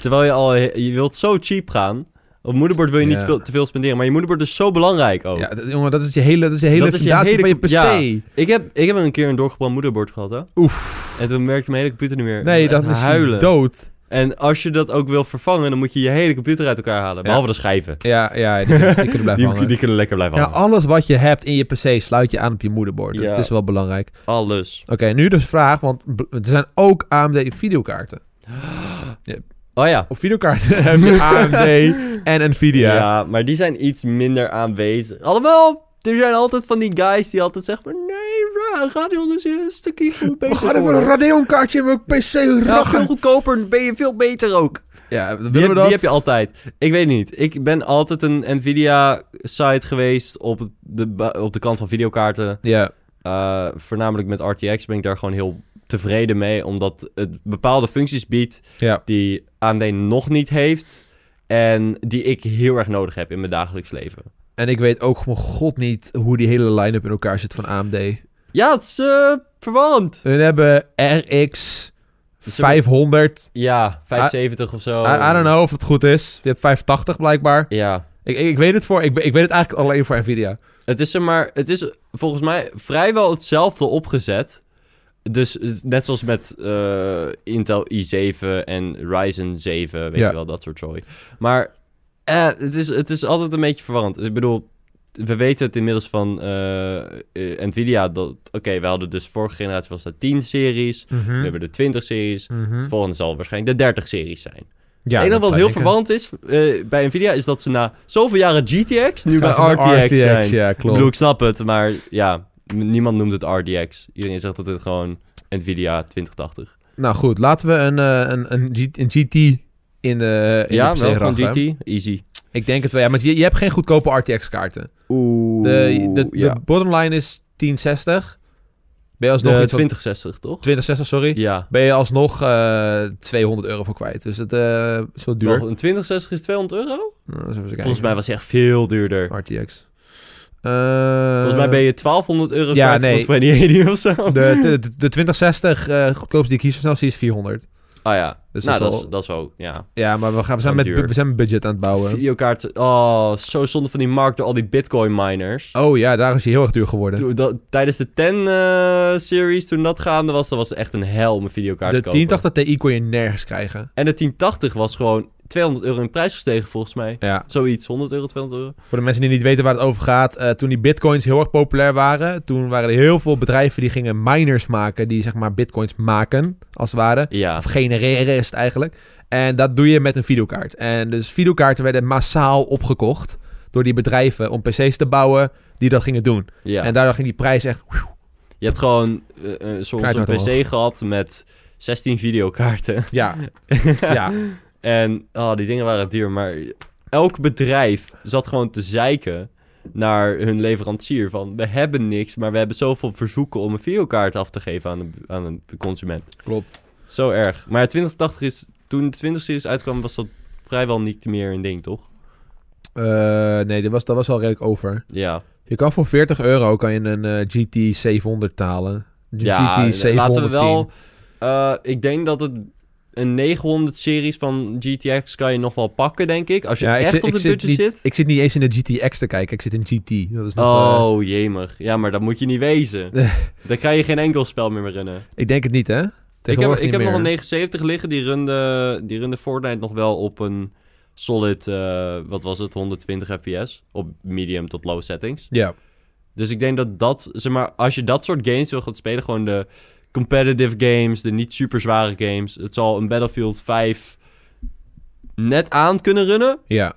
S2: Terwijl je al, je wilt zo cheap gaan. Op moederbord wil je niet
S1: Ja.
S2: veel- te veel spenderen, maar je moederbord is zo belangrijk ook.
S1: Ja, dat, jongen, dat is je hele, dat is je hele
S2: Dat is je
S1: fundatie
S2: hele-
S1: van je PC.
S2: ja. Ik heb, ik heb een keer een doorgebrand moederbord gehad, hè.
S1: Oef.
S2: En toen merkte mijn hele computer niet meer.
S1: Nee,
S2: Ik moest
S1: dan
S2: echt
S1: is hij dood.
S2: En als je dat ook wil vervangen, dan moet je je hele computer uit elkaar halen.
S1: Ja.
S2: Behalve de schijven.
S1: Ja, ja, die, die kunnen blijven
S2: Die,
S1: hangen.
S2: die kunnen lekker blijven
S1: Ja,
S2: hangen.
S1: alles wat je hebt in je PC sluit je aan op je moederbord. Dus
S2: Ja.
S1: het is wel belangrijk.
S2: Alles.
S1: Oké, nu dus vraag, want b- er zijn ook AMD videokaarten.
S2: Oh ja.
S1: Op videokaarten heb je AMD en Nvidia.
S2: Ja, maar die zijn iets minder aanwezig. Allemaal, er zijn altijd van die guys die altijd zeggen van... Nee, ra- Radeon is een stukje goed
S1: We
S2: beter.
S1: gaan even
S2: geworden."
S1: een Radeon kaartje in mijn PC
S2: ja, veel
S1: rachen.
S2: goedkoper ben je veel beter ook.
S3: Ja, willen
S2: Die
S3: we
S2: heb,
S3: dat?
S2: die heb je altijd. Ik weet niet. Ik ben altijd een Nvidia-site geweest op de, ba- op de kant van videokaarten.
S1: Ja.
S2: Eh, voornamelijk met RTX ben ik daar gewoon heel tevreden mee, omdat het bepaalde functies biedt
S1: Ja.
S2: die AMD nog niet heeft en die ik heel erg nodig heb in mijn dagelijks leven.
S1: En ik weet ook gewoon god niet hoe die hele line-up in elkaar zit van AMD.
S2: Ja, het is eh, verwarrend.
S1: Hun hebben RX
S2: Dus
S1: 500.
S2: Ja, 75 of zo.
S1: I, I don't know of het goed is. Je hebt 580 blijkbaar.
S2: Ja,
S1: Ik, ik, ik weet het voor. Ik, ik weet het eigenlijk alleen voor Nvidia.
S2: het is er maar, het is volgens mij vrijwel hetzelfde opgezet. Dus het- net zoals met eh, Intel i7 en Ryzen 7, weet
S1: Ja.
S2: je wel, dat soort zooi. Maar eh, het, is, het is altijd een beetje verwarrend. Ik bedoel, we weten het inmiddels van eh, eh, Nvidia dat... Oké, we hadden dus vorige generatie was dat 10-series.
S1: Hm.
S2: We hebben de 20-series.
S1: Mhm.
S2: De volgende zal waarschijnlijk de 30-series zijn.
S1: Ja,
S2: het enige
S1: dat
S2: wat
S1: zou
S2: heel
S1: ik denken.
S2: verwarrend is eh, bij Nvidia... is dat ze na zoveel jaren GTX nu bij
S1: Gaan ze naar
S2: RTX, zijn.
S1: Ja,
S2: Ik
S1: klopt.
S2: bedoel, ik snap het, maar ja, m- niemand noemt het RDX. Iedereen zegt dat het gewoon Nvidia 2080.
S1: Nou goed, laten we een, eh, een, een, G- een GT in de in
S2: ja,
S1: de PC
S2: wel van
S1: raffen.
S2: GT, easy.
S1: Ik denk het wel. Ja, maar je, je hebt geen goedkope RTX kaarten.
S2: Oeh,
S1: De, de,
S2: ja.
S1: de bottom line is 1060. Ben je
S2: de
S1: alsnog iets van
S2: 2060, toch?
S1: 2060, sorry.
S2: Ja.
S1: Ben je alsnog eh 200 euro voor kwijt. Dus het eh, is wel duur.
S2: Wacht, een 2060 is 200 euro?
S1: Nou, eens even kijken.
S2: Volgens mij was hij echt veel duurder.
S1: Eh, RTX.
S2: Volgens mij ben je 1200 euro
S1: ja,
S2: kwijt
S1: nee.
S2: voor een 2080 of zo.
S1: Eh,
S2: Ah,
S1: De, de, de- de 2060 eh goedkoopste die ik hier zo snel zie is 400.
S2: Ah ja,
S1: Dus
S2: nou
S1: dat
S2: dat
S1: is
S2: is,
S1: al-
S2: dat is ook, ja.
S1: Ja, maar we, gaan, we, zijn,
S2: Gewoon
S1: met,
S2: duur.
S1: we zijn met budget aan het bouwen.
S2: Videokaart, oh, zo zonde van die markt door al die bitcoin miners.
S1: Oh ja, daar is hij heel erg duur geworden.
S2: Toen dat- tijdens de 10-series, toen dat gaande was, dat was echt een hel om een videokaart
S1: De
S2: te kopen.
S1: 1080 Ti kon je nergens krijgen.
S2: En de 1080 was gewoon 200 euro in prijs gestegen, volgens mij.
S1: Ja.
S2: Zoiets, 100 euro, 200 euro.
S1: Voor de mensen die niet weten waar het over gaat. eh, toen die bitcoins heel erg populair waren. Toen waren er heel veel bedrijven die gingen miners maken. Die zeg maar bitcoins maken, als het ware.
S2: Ja,
S1: Of genereren is het eigenlijk. En dat doe je met een videokaart. En dus videokaarten werden massaal opgekocht door die bedrijven om PC's te bouwen die dat gingen doen.
S2: ja.
S1: En daardoor ging die prijs echt.
S2: je hebt gewoon eh, eh, soms een
S1: Knijterhard
S2: pc gehad met 16 videokaarten.
S1: Ja, ja.
S2: En oh, die dingen waren duur, maar elk bedrijf zat gewoon te zeiken naar hun leverancier van... we hebben niks, maar we hebben zoveel verzoeken om een videokaart af te geven aan een, aan een consument.
S1: klopt.
S2: Zo erg. Maar 2080 is, toen de 20-series uitkwam, was dat vrijwel niet meer een ding, toch?
S1: Eh, nee, dat was, dat was al redelijk over.
S2: Ja.
S1: Je kan voor 40 euro kan je een eh, GT 700 talen. Een GT 710.
S2: eh, laten we wel. eh, ik denk dat het een 900 series van GTX kan je nog wel pakken, denk ik. Als je
S1: Ja, ik
S2: echt
S1: zit,
S2: op
S1: ik,
S2: het
S1: zit
S2: budget
S1: niet,
S2: zit.
S1: ik zit niet eens in de GTX te kijken. Ik zit in GT. Dat is nog, eh,
S2: Oh, jemig. Ja, maar dat moet je niet wezen. Dan kan je geen enkel spel meer runnen.
S1: ik denk het niet, hè?
S2: Ik heb,
S1: Tegenwoordig
S2: ik heb
S1: niet
S2: nog een
S1: meer.
S2: 79 liggen. Die runde, die runde Fortnite nog wel op een solid, eh, wat was het, 120 fps. Op medium tot low settings.
S1: Ja.
S2: Dus ik denk dat dat, zeg maar, als je dat soort games wil gaan spelen, gewoon de competitive games, de niet super zware games. Het zal een Battlefield 5 net aan kunnen runnen.
S1: ja.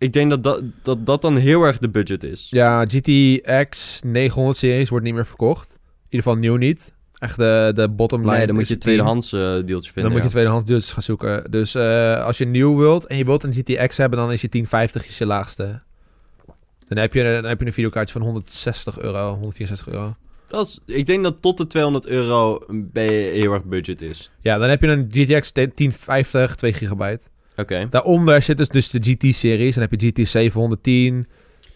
S2: Ik denk dat dat, dat, dat dan heel erg de budget is.
S1: Ja, GTX 900 series wordt niet meer verkocht. In ieder geval nieuw niet. Echt de, de bottom line.
S2: Nee, dan moet
S1: is
S2: je
S1: 10.
S2: tweedehands eh deeltje
S1: Dan
S2: vinden.
S1: moet je
S2: ja.
S1: tweedehands deeltjes gaan zoeken. Dus eh, als je nieuw wilt en je wilt een GTX hebben, dan is je 1050 is je laagste. Dan heb je, dan heb je een videokaartje van 160 euro, 164 euro.
S2: dat is, ik denk dat tot de 200 euro ben je heel erg budget is.
S1: Ja, dan heb je een GTX 1050, 2 gigabyte.
S2: Oké.
S1: Daaronder zit dus, dus de GT-series. Dan heb je GT 710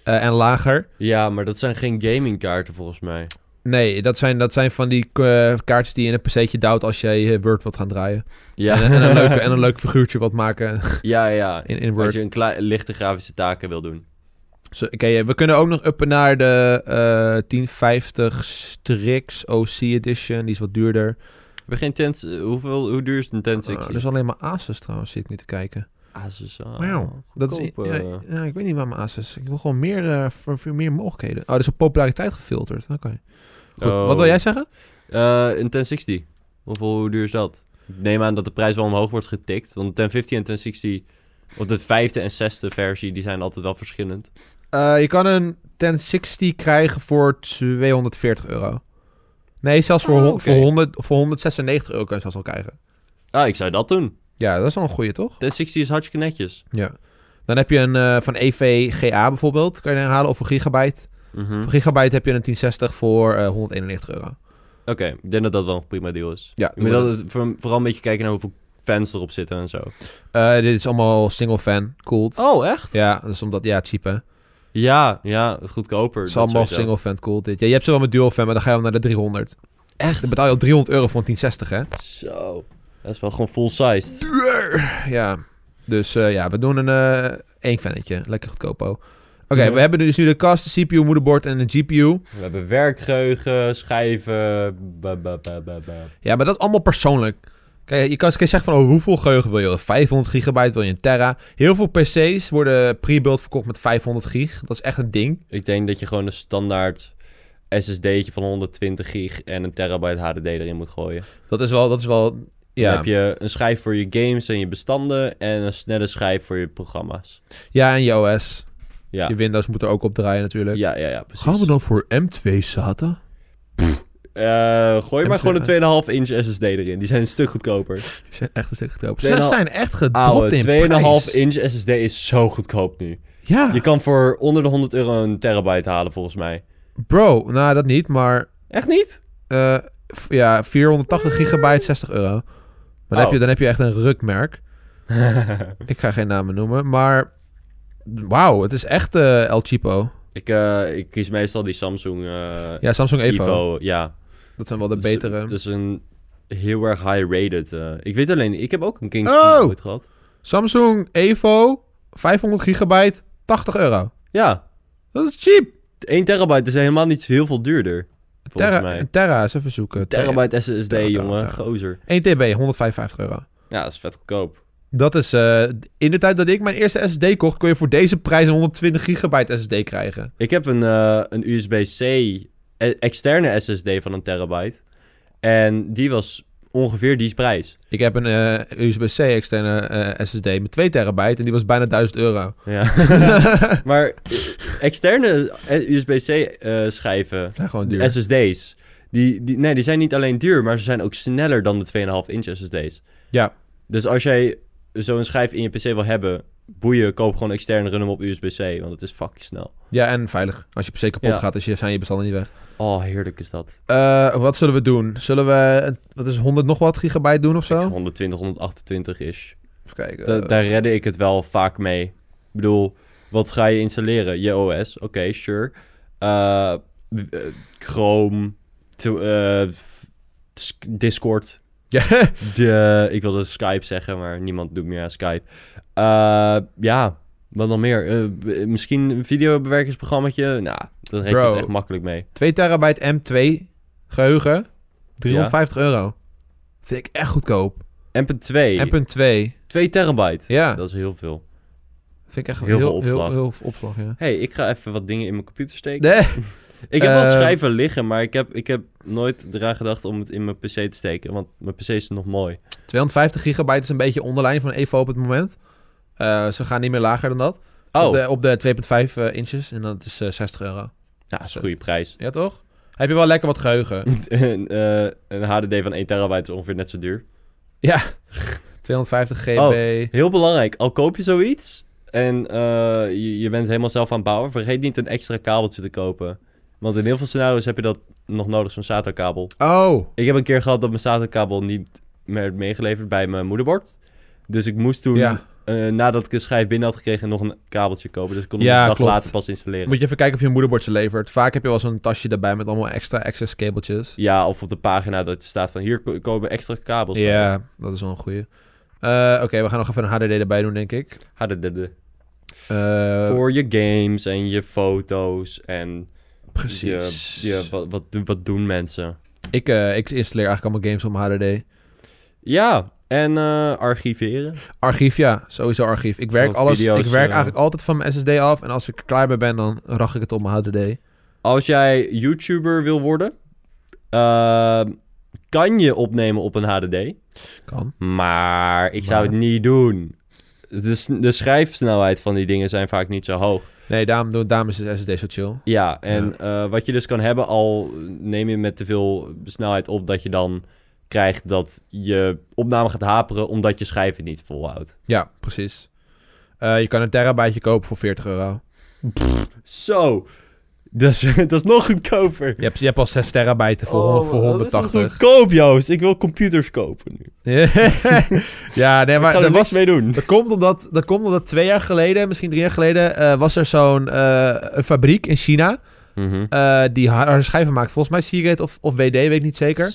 S1: eh, en lager.
S2: Ja, maar dat zijn geen gamingkaarten volgens mij.
S1: Nee, dat zijn, dat zijn van die eh, kaartjes die je in een pc'tje duwt als jij eh, Word wilt gaan draaien.
S2: Ja,
S1: En, en een leuke, en een leuk figuurtje wat maken
S2: ja, ja.
S1: in, in
S2: Als
S1: Word.
S2: je een klei- lichte grafische taken wil doen.
S1: Zo, oké, eh, we kunnen ook nog uppen naar de eh 1050 Strix OC Edition. Die is wat duurder.
S2: We geen tent, hoeveel, hoe duur is een tent?
S1: Eh, dat is alleen maar Asus trouwens, zit ik nu te kijken.
S2: Asus. ah,
S1: Wauw, Dat is,
S2: goedkoop,
S1: ja,
S2: eh.
S1: ja, ik weet niet waar mijn Asus... Ik wil gewoon meer, eh, voor, voor meer mogelijkheden. Oh, dat is op populariteit gefilterd. Oké. Goed,
S2: Oh.
S1: Wat wil jij zeggen?
S2: Eh, een 1060. Hoeveel, hoe duur is dat? Ik neem aan dat de prijs wel omhoog wordt getikt. Want de 1050 en 1060, of de vijfde en zesde versie, die zijn altijd wel verschillend.
S1: Eh, je kan een 1060 krijgen voor 240 euro. Nee, zelfs voor,
S2: Oh,
S1: hon-
S2: oké.
S1: voor, 100, voor 196 euro kan je zelfs al krijgen.
S2: Ah, ik zou dat doen.
S1: Ja, dat is wel een goeie, toch?
S2: 1060 is hartstikke netjes.
S1: Ja. Dan heb je een eh, van EVGA bijvoorbeeld, kan je dan halen, of een gigabyte.
S2: Mhm.
S1: Voor gigabyte heb je een 1060 voor eh 191 euro.
S2: Oké, ik denk dat dat wel een prima deal is.
S1: Ja,
S2: Je moet altijd voor- vooral een beetje kijken naar hoeveel fans erop zitten en zo.
S1: Eh, dit is allemaal single fan, cooled.
S2: Oh, echt?
S1: Ja, dat is omdat, ja, cheap hè.
S2: Ja, ja, goedkoper.
S1: Het is
S2: dat
S1: allemaal
S2: sowieso.
S1: single fan, cooled dit. Ja, je hebt ze wel met dual fan, maar dan ga je wel naar de 300. Dan
S2: Echt?
S1: betaal je al 300 euro voor een 1060 hè.
S2: Zo. Dat is wel gewoon full-sized.
S1: Ja, dus eh, ja, we doen een eh, één fannetje. Lekker goedkopo. Oké,
S2: Ja.
S1: we hebben dus nu de kast, de CPU, moederbord en de GPU.
S2: We hebben werkgeheugen, schijven... ba, ba, ba, ba, ba.
S1: Ja, maar dat is allemaal persoonlijk. Kijk, je kan eens zeggen van oh, hoeveel geheugen wil je? 500 gigabyte, wil je een tera? Heel veel PC's worden pre-built verkocht met 500 gig. Dat is echt een ding.
S2: Ik denk dat je gewoon een standaard SSD'tje van 120 gig en een terabyte HDD erin moet gooien.
S1: Dat is wel, dat is wel,
S2: Dan
S1: ja.
S2: heb je een schijf voor je games en je bestanden en een snelle schijf voor je programma's.
S1: Ja, en je OS.
S2: Ja,
S1: Je Windows moet er ook op draaien natuurlijk.
S2: ja, ja, ja precies.
S1: Gaan we dan voor M2 SATA?
S2: Eh, gooi maar
S1: Heb je-
S2: gewoon een 2,5 inch SSD erin. Die zijn een stuk goedkoper.
S1: Die zijn echt een stuk goedkoop. Ze
S2: Tweeënhalf-
S1: zijn echt gedropt in
S2: Oude, 2,5
S1: prijs.
S2: inch SSD is zo goedkoop nu.
S1: Ja,
S2: Je kan voor onder de 100 euro een terabyte halen volgens mij.
S1: bro. Nou, dat niet, maar
S2: Echt niet?
S1: eh, f- ja, 480 gigabyte, 60 euro. Maar dan,
S2: Oh.
S1: heb je, dan heb je echt een rukmerk. Ik ga geen namen noemen, maar wauw, het is echt eh El Cheapo.
S2: ik, eh, ik kies meestal die Samsung eh
S1: Ja, Samsung Evo.
S2: Evo. Dus, eh, Ja,
S1: Dat zijn wel de
S2: Dat is-
S1: betere.
S2: Dat is een heel erg high-rated. eh. ik weet alleen, ik heb ook een Kings
S1: Oh!
S2: nooit gehad.
S1: Samsung Evo, 500 gigabyte, 80 euro.
S2: Ja,
S1: Dat is cheap.
S2: 1 terabyte is helemaal niet heel veel duurder. Volgens
S1: Terra,
S2: mij.
S1: een Terra, eens even zoeken.
S2: Terabyte SSD,
S1: Tera-
S2: jongen.
S1: tera-
S2: Gozer.
S1: 1 TB, 155 euro.
S2: Ja, dat is vet goedkoop.
S1: Dat is, eh, in de tijd dat ik mijn eerste SSD kocht, kon je voor deze prijs een 120 gigabyte SSD krijgen.
S2: Ik heb een, eh, een USB-C e- externe SSD van een terabyte. En die was ongeveer die prijs.
S1: Ik heb een eh, USB-C externe eh, SSD met 2 terabyte en die was bijna 1000 euro.
S2: Ja. maar eh, externe eh, USB-C-schijven,
S1: Dat zijn gewoon duur.
S2: SSD's, die, die, nee, die zijn niet alleen duur, maar ze zijn ook sneller dan de 2,5 inch SSD's.
S1: Ja.
S2: Dus als jij zo'n schijf in je PC wil hebben, boeien, koop gewoon extern, run hem op USB-C, want het is fucking snel.
S1: Ja, en veilig. Als je per se kapot
S2: Ja.
S1: gaat, is je, zijn je bestanden niet weg.
S2: Oh, heerlijk is dat.
S1: Eh, wat zullen we doen? Zullen we, eh, wat is 100 nog wat gigabyte doen of zo? Eh.
S2: Ik 120, 128 is.
S1: Even kijken.
S2: Da- daar redde ik het wel vaak mee. Ik bedoel, wat ga je installeren? Je OS, oké, sure. Eh, w- eh, Chrome, to- eh, f- Sk- Discord.
S1: ja,
S2: De, ik wilde Skype zeggen, maar niemand doet meer aan Skype. Eh, ja, wat dan meer? Eh, b- misschien een videobewerkingsprogrammaatje? Nou, dat reed je
S1: Bro.
S2: het echt makkelijk mee.
S1: 2 terabyte M2 geheugen, 350 euro. Vind ik echt goedkoop.
S2: MP2,
S1: M.2,
S2: 2 terabyte.
S1: ja.
S2: Dat is heel veel.
S1: Vind ik echt
S2: heel
S1: heel,
S2: veel
S1: heel,
S2: opslag.
S1: heel, veel opslag, ja.
S2: hey, ik ga even wat dingen in mijn computer steken.
S1: Nee.
S2: Ik heb wel
S1: Ehm.
S2: schrijven liggen, maar ik heb, ik heb nooit eraan gedacht om het in mijn PC te steken. Want mijn PC is nog mooi.
S1: 250 gigabyte is een beetje onderlijn van Evo op het moment. Eh, ze gaan niet meer lager dan dat. Op
S2: Oh,
S1: de, op de 2.5 eh, inches en dat is eh, 60 euro.
S2: ja, dat is een goede prijs.
S1: Ja, toch? Heb je wel lekker wat geheugen.
S2: een, eh, een HDD van 1 terabyte is ongeveer net zo duur.
S1: 250 GB.
S2: Heel belangrijk, al koop je zoiets en eh, je, je bent helemaal zelf aan het bouwen, vergeet niet een extra kabeltje te kopen. Want in heel veel scenario's heb je dat nog nodig, zo'n SATA-kabel.
S1: Oh,
S2: Ik heb een keer gehad dat mijn SATA-kabel niet meer werd meegeleverd bij mijn moederbord. Dus ik moest toen,
S1: ja.
S2: eh, nadat ik een schijf binnen had gekregen, nog een kabeltje kopen. Dus ik kon hem
S1: Ja,
S2: een dag
S1: klopt.
S2: later pas installeren.
S1: Moet je even kijken of je een moederbord ze levert. Vaak heb je wel zo'n tasje erbij met allemaal extra access kabeltjes.
S2: Ja, of op de pagina dat er staat van hier ko- komen extra kabels. bij.
S1: Ja, dat is wel een goeie. Eh, Oké, we gaan nog even een HDD erbij doen, denk ik.
S2: HDD.
S1: Eh,
S2: Voor je games en je foto's en
S1: precies.
S2: Je, je, wat, wat, doen- wat doen mensen.
S1: Ik, eh, ik installeer eigenlijk allemaal games op mijn HDD.
S2: Ja, en eh, archiveren.
S1: Archief, ja. Sowieso archief. Ik werk
S2: Of
S1: alles.
S2: video's,
S1: ik werk
S2: eh.
S1: eigenlijk altijd van mijn SSD af. En als ik er klaar mee ben, dan rach ik het op mijn HDD.
S2: Als jij YouTuber wil worden, eh, kan je opnemen op een HDD.
S1: Kan.
S2: Maar ik zou
S1: Maar?
S2: het niet doen. De, s- de schrijfsnelheid van die dingen zijn vaak niet zo hoog.
S1: Nee, daarom, doen- daarom is de SSD zo chill.
S2: Ja, en eh, wat je dus kan hebben, al neem je met te veel snelheid op dat je dan krijgt dat je opname gaat haperen omdat je schijven niet volhoudt.
S1: Ja, precies. Eh, je kan een terabyteje kopen voor 40 euro.
S2: Zo, dat is, dat is nog goedkoper.
S1: Je hebt, je hebt al 6 terabyte voor,
S2: Oh,
S1: hon- voor 180.
S2: goedkoop, Joost. Ik wil computers kopen nu.
S1: ja, nee,
S2: ik
S1: maar
S2: ga
S1: dat
S2: er niks
S1: was,
S2: mee doen.
S1: Dat komt omdat, dat komt omdat twee jaar geleden, misschien drie jaar geleden, eh, was er zo'n eh, een fabriek in China eh, die harde schijven maakt. Volgens mij Seagate of, of WD, weet ik niet zeker.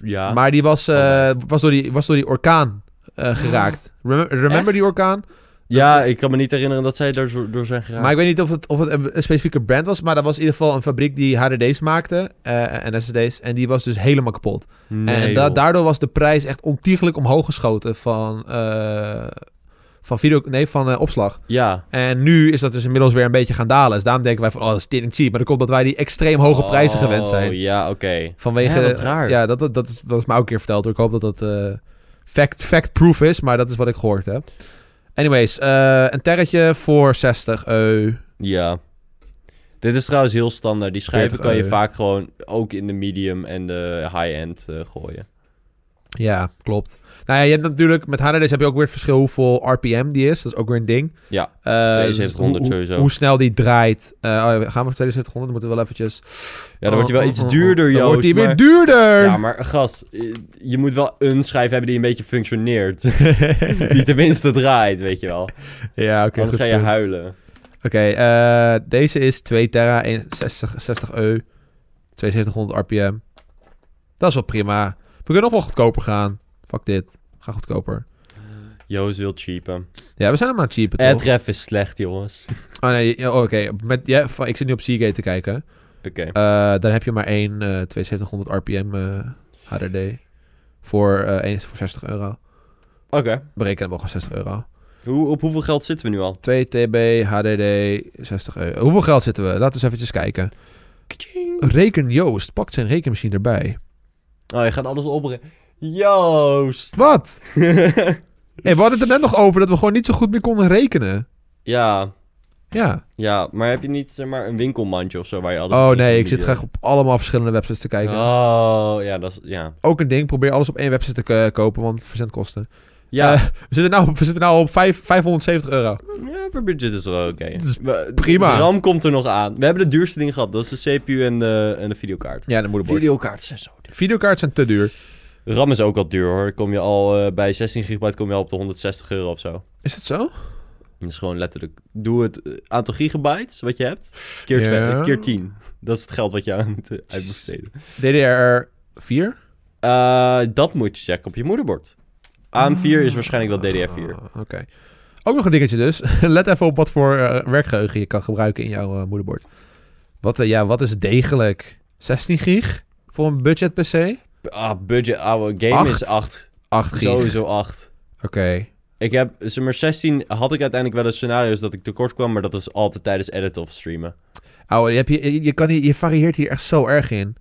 S2: Ja. Oh,
S1: Maar die was, eh, was, door die was door die orkaan eh, geraakt. Remem- remember
S2: Echt?
S1: die orkaan?
S2: ja, ik kan me niet herinneren dat zij daar zo- door zijn geraakt.
S1: Maar ik weet niet of het, of het een, een specifieke brand was, maar dat was in ieder geval een fabriek die HDD's maakte eh, en SSD's. En die was dus helemaal kapot.
S2: Nee,
S1: en da-
S2: joh.
S1: daardoor was de prijs echt ontiegelijk omhoog geschoten van, eh, van, video, nee, van eh, opslag.
S2: Ja.
S1: En nu is dat dus inmiddels weer een beetje gaan dalen. Dus daarom denken wij van, oh, dat is tering cheap. Maar dat komt dat wij die extreem hoge prijzen gewend
S2: Oh,
S1: zijn.
S2: ja, oké.
S1: Vanwege...
S2: Ja, wat raar.
S1: Ja, dat, dat, dat is, dat is mij ook een keer verteld. hoor. Ik hoop dat dat eh, fact, fact-proof is, maar dat is wat ik gehoord heb. Anyways, eh, een terretje voor eh, 60 eu.
S2: Ja. Dit is trouwens heel standaard. Die schijven
S1: 40
S2: kan je
S1: euro.
S2: vaak gewoon ook in de medium en de high-end eh, gooien.
S1: Ja, klopt. Nou ja, je hebt natuurlijk... Met HDD's heb je ook weer het verschil hoeveel RPM die is. Dat is ook weer een ding.
S2: Ja,
S1: Eh,
S2: 7200
S1: hoe- hoe-
S2: sowieso.
S1: Hoe snel die draait. Eh, oh ja, gaan we voor 7200? Dan moeten we wel eventjes...
S2: Ja, dan wordt hij wel
S1: Oh,
S2: iets
S1: oh, oh.
S2: duurder, Joost.
S1: Dan wordt die weer
S2: maar-
S1: duurder!
S2: Ja, maar gast, eh, je moet wel een schijf hebben die een beetje functioneert. die tenminste draait, weet je wel.
S1: Ja, oké.
S2: Anders
S1: goed
S2: ga je
S1: punt.
S2: huilen.
S1: Oké, eh, deze is 2 Terra, 61, 60 EU, 7200 RPM. Dat is wel prima. We kunnen nog wel goedkoper gaan. Fuck dit. Ga goedkoper.
S2: Joost wil cheapen.
S1: Ja, we zijn hem aan het cheapen, toch?
S2: Airtref is slecht, jongens.
S1: Oh nee, ja, oh, oké. Met- ja, van- ik zit nu op Seagate te kijken.
S2: Oké.
S1: Eh, dan heb je maar één eh, 7200 RPM eh, HDD. Voor, eh, één voor 60 euro.
S2: Oké.
S1: Bereken hem wel gewoon 60 euro.
S2: Hoe, op hoeveel geld zitten we nu al?
S1: 2 TB, HDD, 60 euro. Hoeveel geld zitten we? Laten we eens eventjes kijken. Reken Joost pakt zijn rekenmachine erbij.
S2: Oh, je gaat alles opbrengen. Joost!
S1: Wat? Hey, we hadden het er net nog over dat we gewoon niet zo goed meer konden rekenen.
S2: ja,
S1: Ja.
S2: ja, maar heb je niet zeg maar, een winkelmandje of zo waar je alles
S1: Oh
S2: op-
S1: nee,
S2: op-
S1: ik zit graag op allemaal verschillende websites te kijken.
S2: Oh, ja, dat is... Ja.
S1: Ook een ding, probeer alles op één website te eh, kopen, want verzendkosten.
S2: Ja,
S1: Eh, we zitten nou op, we zitten nou op vijf- 570 euro.
S2: ja voor budget is het wel oké.
S1: is
S2: We-
S1: prima.
S2: De RAM komt er nog aan. We hebben de duurste ding gehad. Dat is de CPU en de, en de videokaart.
S1: Ja, de moederbord.
S2: Videokaart is zo duur.
S1: Videokaarts zijn te duur.
S2: RAM is ook al duur hoor. Kom je al eh, bij 16 gigabyte kom je al op de 160 euro of zo.
S1: Is dat zo?
S2: Dat is gewoon letterlijk. Doe het eh, aantal gigabytes wat je hebt. Keer,
S1: Ja.
S2: twee- keer 10. Dat is het geld wat je aan moet, eh, uit moet besteden.
S1: DDR4?
S2: Eh, dat moet je checken op je moederbord. AM4 is waarschijnlijk wel DDR4.
S1: Ah, Oké. Ook nog een dingetje dus. Let even op wat voor eh, werkgeheugen je kan gebruiken in jouw eh, moederbord. Wat, eh, ja, wat is degelijk? 16 gig voor een budget PC?
S2: Ah, budget. ouwe, game is
S1: Acht.
S2: 8.
S1: 8 gig.
S2: Sowieso 8.
S1: Oké.
S2: Ik heb, zeg maar, 16 had ik uiteindelijk wel eens scenario's dat ik tekort kwam, maar dat is altijd tijdens editen of streamen.
S1: Oude, Oh, je, hebt hier- je, je, kan hier, je varieert hier echt zo erg in.